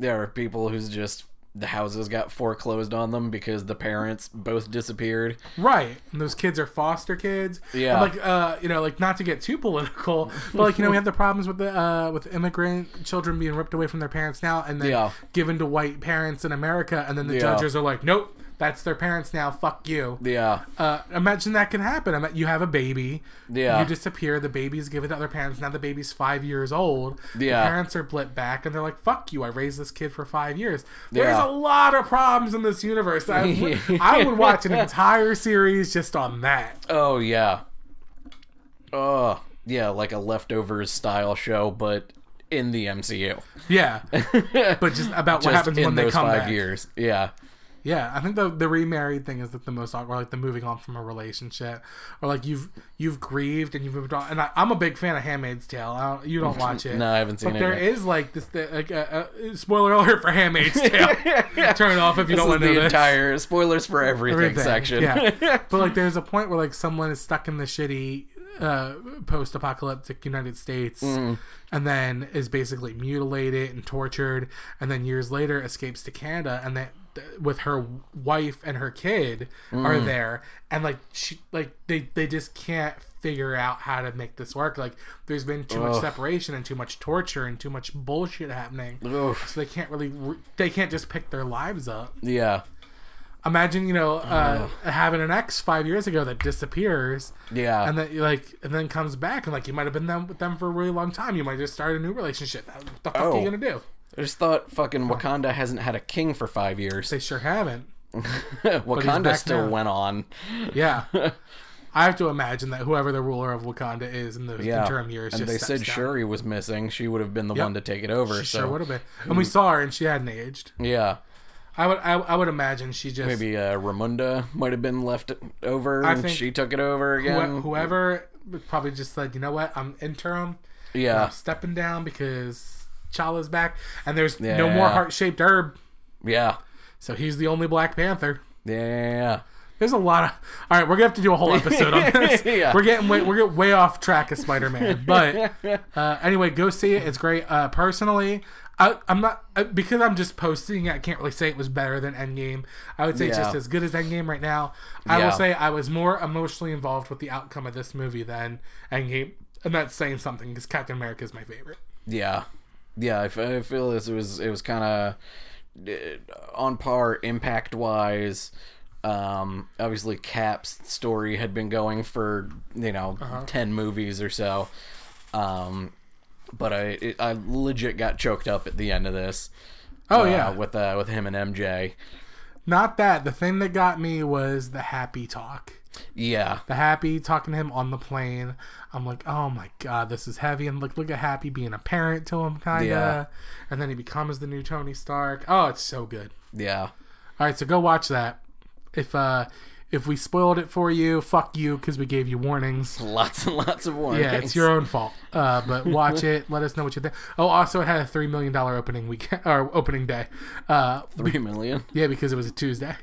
Speaker 3: There are people who's just the houses got foreclosed on them because the parents both disappeared.
Speaker 1: Right. And those kids are foster kids. And,
Speaker 3: Yeah.
Speaker 1: like uh, you know, like not to get too political, but like, you know, we have the problems with the uh with immigrant children being ripped away from their parents now and then
Speaker 3: Yeah.
Speaker 1: given to white parents in America and then the
Speaker 3: Yeah.
Speaker 1: judges are like, Nope, that's their parents now, fuck you.
Speaker 3: Yeah.
Speaker 1: Uh, imagine that can happen. I mean, you have a baby.
Speaker 3: Yeah.
Speaker 1: You disappear. The baby's given to other parents. Now the baby's five years old.
Speaker 3: Yeah.
Speaker 1: The parents are blipped back, and they're like, "Fuck you! I raised this kid for five years." There's
Speaker 3: Yeah.
Speaker 1: a lot of problems in this universe. I, would-
Speaker 3: *laughs*
Speaker 1: I would watch an entire series just on that.
Speaker 3: Oh yeah. Oh yeah, like a leftovers style show, but in the MCU. *laughs*
Speaker 1: Yeah. But just about what
Speaker 3: Just
Speaker 1: happens
Speaker 3: in
Speaker 1: when they
Speaker 3: those
Speaker 1: come
Speaker 3: five
Speaker 1: back.
Speaker 3: years. Yeah.
Speaker 1: Yeah, I think the the remarried thing is that the most awkward, like the moving on from a relationship, or like you've you've grieved and you've moved on. And I, I'm a big fan of Handmaid's Tale. I don't, you
Speaker 3: *laughs*
Speaker 1: don't watch it?
Speaker 3: No, I haven't seen
Speaker 1: but
Speaker 3: it
Speaker 1: There
Speaker 3: yet.
Speaker 1: is like this. the- Like, uh, uh, spoiler alert for
Speaker 3: *laughs*
Speaker 1: Handmaid's Tale. Turn it off if you
Speaker 3: This
Speaker 1: don't want
Speaker 3: is
Speaker 1: to know
Speaker 3: the
Speaker 1: this.
Speaker 3: entire spoilers for everything,
Speaker 1: Everything.
Speaker 3: section. *laughs*
Speaker 1: Yeah, but like there's a point where like someone is stuck in the shitty uh, post-apocalyptic United States,
Speaker 3: Mm.
Speaker 1: and then is basically mutilated and tortured, and then years later escapes to Canada, and that with her wife and her kid are
Speaker 3: Mm.
Speaker 1: there, and like she like they they just can't figure out how to make this work. Like there's been too much separation and too much torture and too much bullshit happening.
Speaker 3: Oof.
Speaker 1: So they can't really, re- they can't just pick their lives up
Speaker 3: yeah.
Speaker 1: imagine you know uh, having an ex five years ago that disappears
Speaker 3: Yeah.
Speaker 1: and then like and then comes back and like you might have been them with them for a really long time you might just start a new relationship what the fuck are
Speaker 3: Oh.
Speaker 1: you gonna do
Speaker 3: I just thought fucking Wakanda hasn't had a king for five years. *laughs*
Speaker 1: they sure haven't
Speaker 3: Wakanda
Speaker 1: back
Speaker 3: still
Speaker 1: now.
Speaker 3: went on. *laughs*
Speaker 1: yeah i have to imagine that whoever the ruler of wakanda is in the
Speaker 3: Yeah.
Speaker 1: interim years
Speaker 3: and
Speaker 1: just
Speaker 3: they
Speaker 1: steps
Speaker 3: said
Speaker 1: down.
Speaker 3: Shuri was missing. She would have been the one to take it over.
Speaker 1: She
Speaker 3: so Hmm.
Speaker 1: sure would have been and we saw her and she hadn't aged
Speaker 3: yeah.
Speaker 1: i would i, I would imagine she just
Speaker 3: Maybe uh, Ramunda might have been left over, and
Speaker 1: think
Speaker 3: she took it over again.
Speaker 1: whoe- whoever probably just said you know what i'm interim
Speaker 3: yeah,
Speaker 1: I'm uh, stepping down because Chala's back, and there's no more
Speaker 3: Yeah.
Speaker 1: heart shaped herb,
Speaker 3: yeah,
Speaker 1: so he's the only Black Panther.
Speaker 3: yeah.
Speaker 1: There's a lot of. All right, we're gonna have to do a whole episode
Speaker 3: *laughs*
Speaker 1: on this.
Speaker 3: Yeah.
Speaker 1: We're getting way, we're getting way off track of Spider Man,
Speaker 3: *laughs*
Speaker 1: but uh, anyway, go see it. It's great. Uh, personally, I, I'm not uh, because I'm just posting. I can't really say it was better than Endgame. I would say it's
Speaker 3: Yeah.
Speaker 1: just as good as Endgame right now. I
Speaker 3: Yeah.
Speaker 1: will say I was more emotionally involved with the outcome of this movie than Endgame, and that's saying something because Captain America is my favorite.
Speaker 3: Yeah, yeah. I, f- I feel this was it was kind of on par impact wise. Um, obviously, Cap's story had been going for you know
Speaker 1: Uh-huh.
Speaker 3: ten movies or so. Um, but I it, I legit got choked up at the end of this.
Speaker 1: Oh,
Speaker 3: uh,
Speaker 1: yeah.
Speaker 3: with uh, with him and MJ.
Speaker 1: Not that. The thing that got me was the happy talk.
Speaker 3: Yeah,
Speaker 1: The happy talking to him on the plane. I'm like, oh my god, this is heavy. And look, look at Happy being a parent to him, kinda.
Speaker 3: Yeah.
Speaker 1: And then he becomes the new Tony Stark. Oh, it's so good.
Speaker 3: yeah.
Speaker 1: All right, so go watch that. If uh, if we spoiled it for you, fuck you, because we gave you warnings.
Speaker 3: Lots and lots of warnings.
Speaker 1: Yeah, it's your own fault. Uh, but watch it. Let us know what you think. Oh, also, it had a three million dollar opening week *laughs* or opening day. Uh,
Speaker 3: three million.
Speaker 1: Yeah, because it was a Tuesday.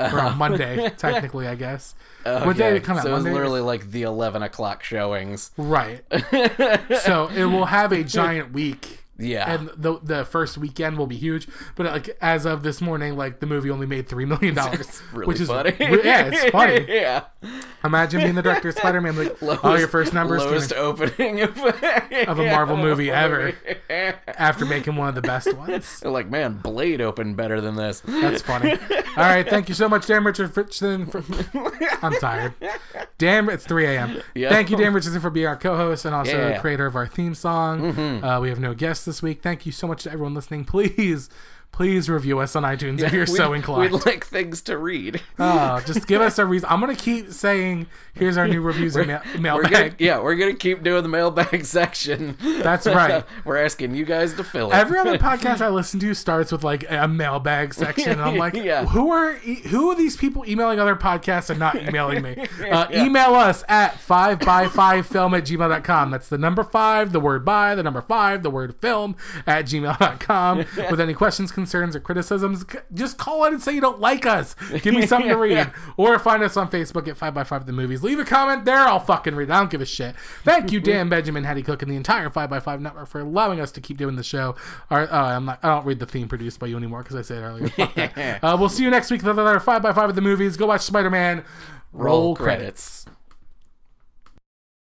Speaker 1: Or a
Speaker 3: *laughs*
Speaker 1: Monday, technically, I guess. what day did it come out?
Speaker 3: Oh. So it was
Speaker 1: Monday?
Speaker 3: literally like *laughs* the eleven o'clock showings.
Speaker 1: Right. so it will have a giant week
Speaker 3: Yeah.
Speaker 1: and the the first weekend will be huge. But like as of this morning, like the movie only made three million dollars,
Speaker 3: *laughs* really
Speaker 1: which is
Speaker 3: funny.
Speaker 1: yeah,
Speaker 3: *laughs*
Speaker 1: it's funny.
Speaker 3: yeah.
Speaker 1: Imagine being the director of Spider Man, like
Speaker 3: *laughs* Lowest,
Speaker 1: oh, your first numbers came
Speaker 3: lowest
Speaker 1: in
Speaker 3: opening of, *laughs*
Speaker 1: of a Marvel movie ever
Speaker 3: They're
Speaker 1: after making one of the best ones.
Speaker 3: like, man, Blade opened better than this.
Speaker 1: That's funny. All right, thank you so much, Dan Richard Richardson.
Speaker 3: *laughs*
Speaker 1: For, I'm tired. Dan, it's 3 a.m.
Speaker 3: Yeah.
Speaker 1: Thank you, Dan Richardson, for being our co-host and also
Speaker 3: Yeah. Mm-hmm.
Speaker 1: creator of our theme song. Uh, we have no guests this week. Thank you so much to everyone listening. Please, please review us on iTunes *laughs* if you're
Speaker 3: *laughs*
Speaker 1: so
Speaker 3: We'd-
Speaker 1: inclined.
Speaker 3: We'd like things to read.
Speaker 1: Oh, just give us a reason. I'm gonna keep saying, "Here's our new reviews and mail-
Speaker 3: We're gonna,
Speaker 1: mailbag."
Speaker 3: yeah, we're gonna keep doing the mailbag *laughs* section.
Speaker 1: That's right.
Speaker 3: *laughs* we're asking you guys to fill it.
Speaker 1: Every other podcast I listen to starts with like a mailbag section, and
Speaker 3: *laughs*
Speaker 1: I'm like,
Speaker 3: Yeah.
Speaker 1: "Who are e- who are these people emailing other podcasts and not emailing me?"
Speaker 3: *laughs*
Speaker 1: Uh, Email us at five by five film at gmail.com. That's the number five, the word by, the number five, the word film at gmail.com. With any questions, concerns, or criticisms, c- just call in and say you don't like us. Give me something to read. Or find us on Facebook at 5x5 The Movies. Leave a comment there. I'll fucking read it. I don't give a shit. Thank you, Dan Benjamin, Hattie Cook, and the entire 5x5 network for allowing us to keep doing the show. Our, uh, I'm not, I don't read the theme produced by you anymore because I said it earlier. Fuck that. Uh, we'll see you next week with another 5x5 of the Movies. Go watch Spider Man.
Speaker 3: Roll credits.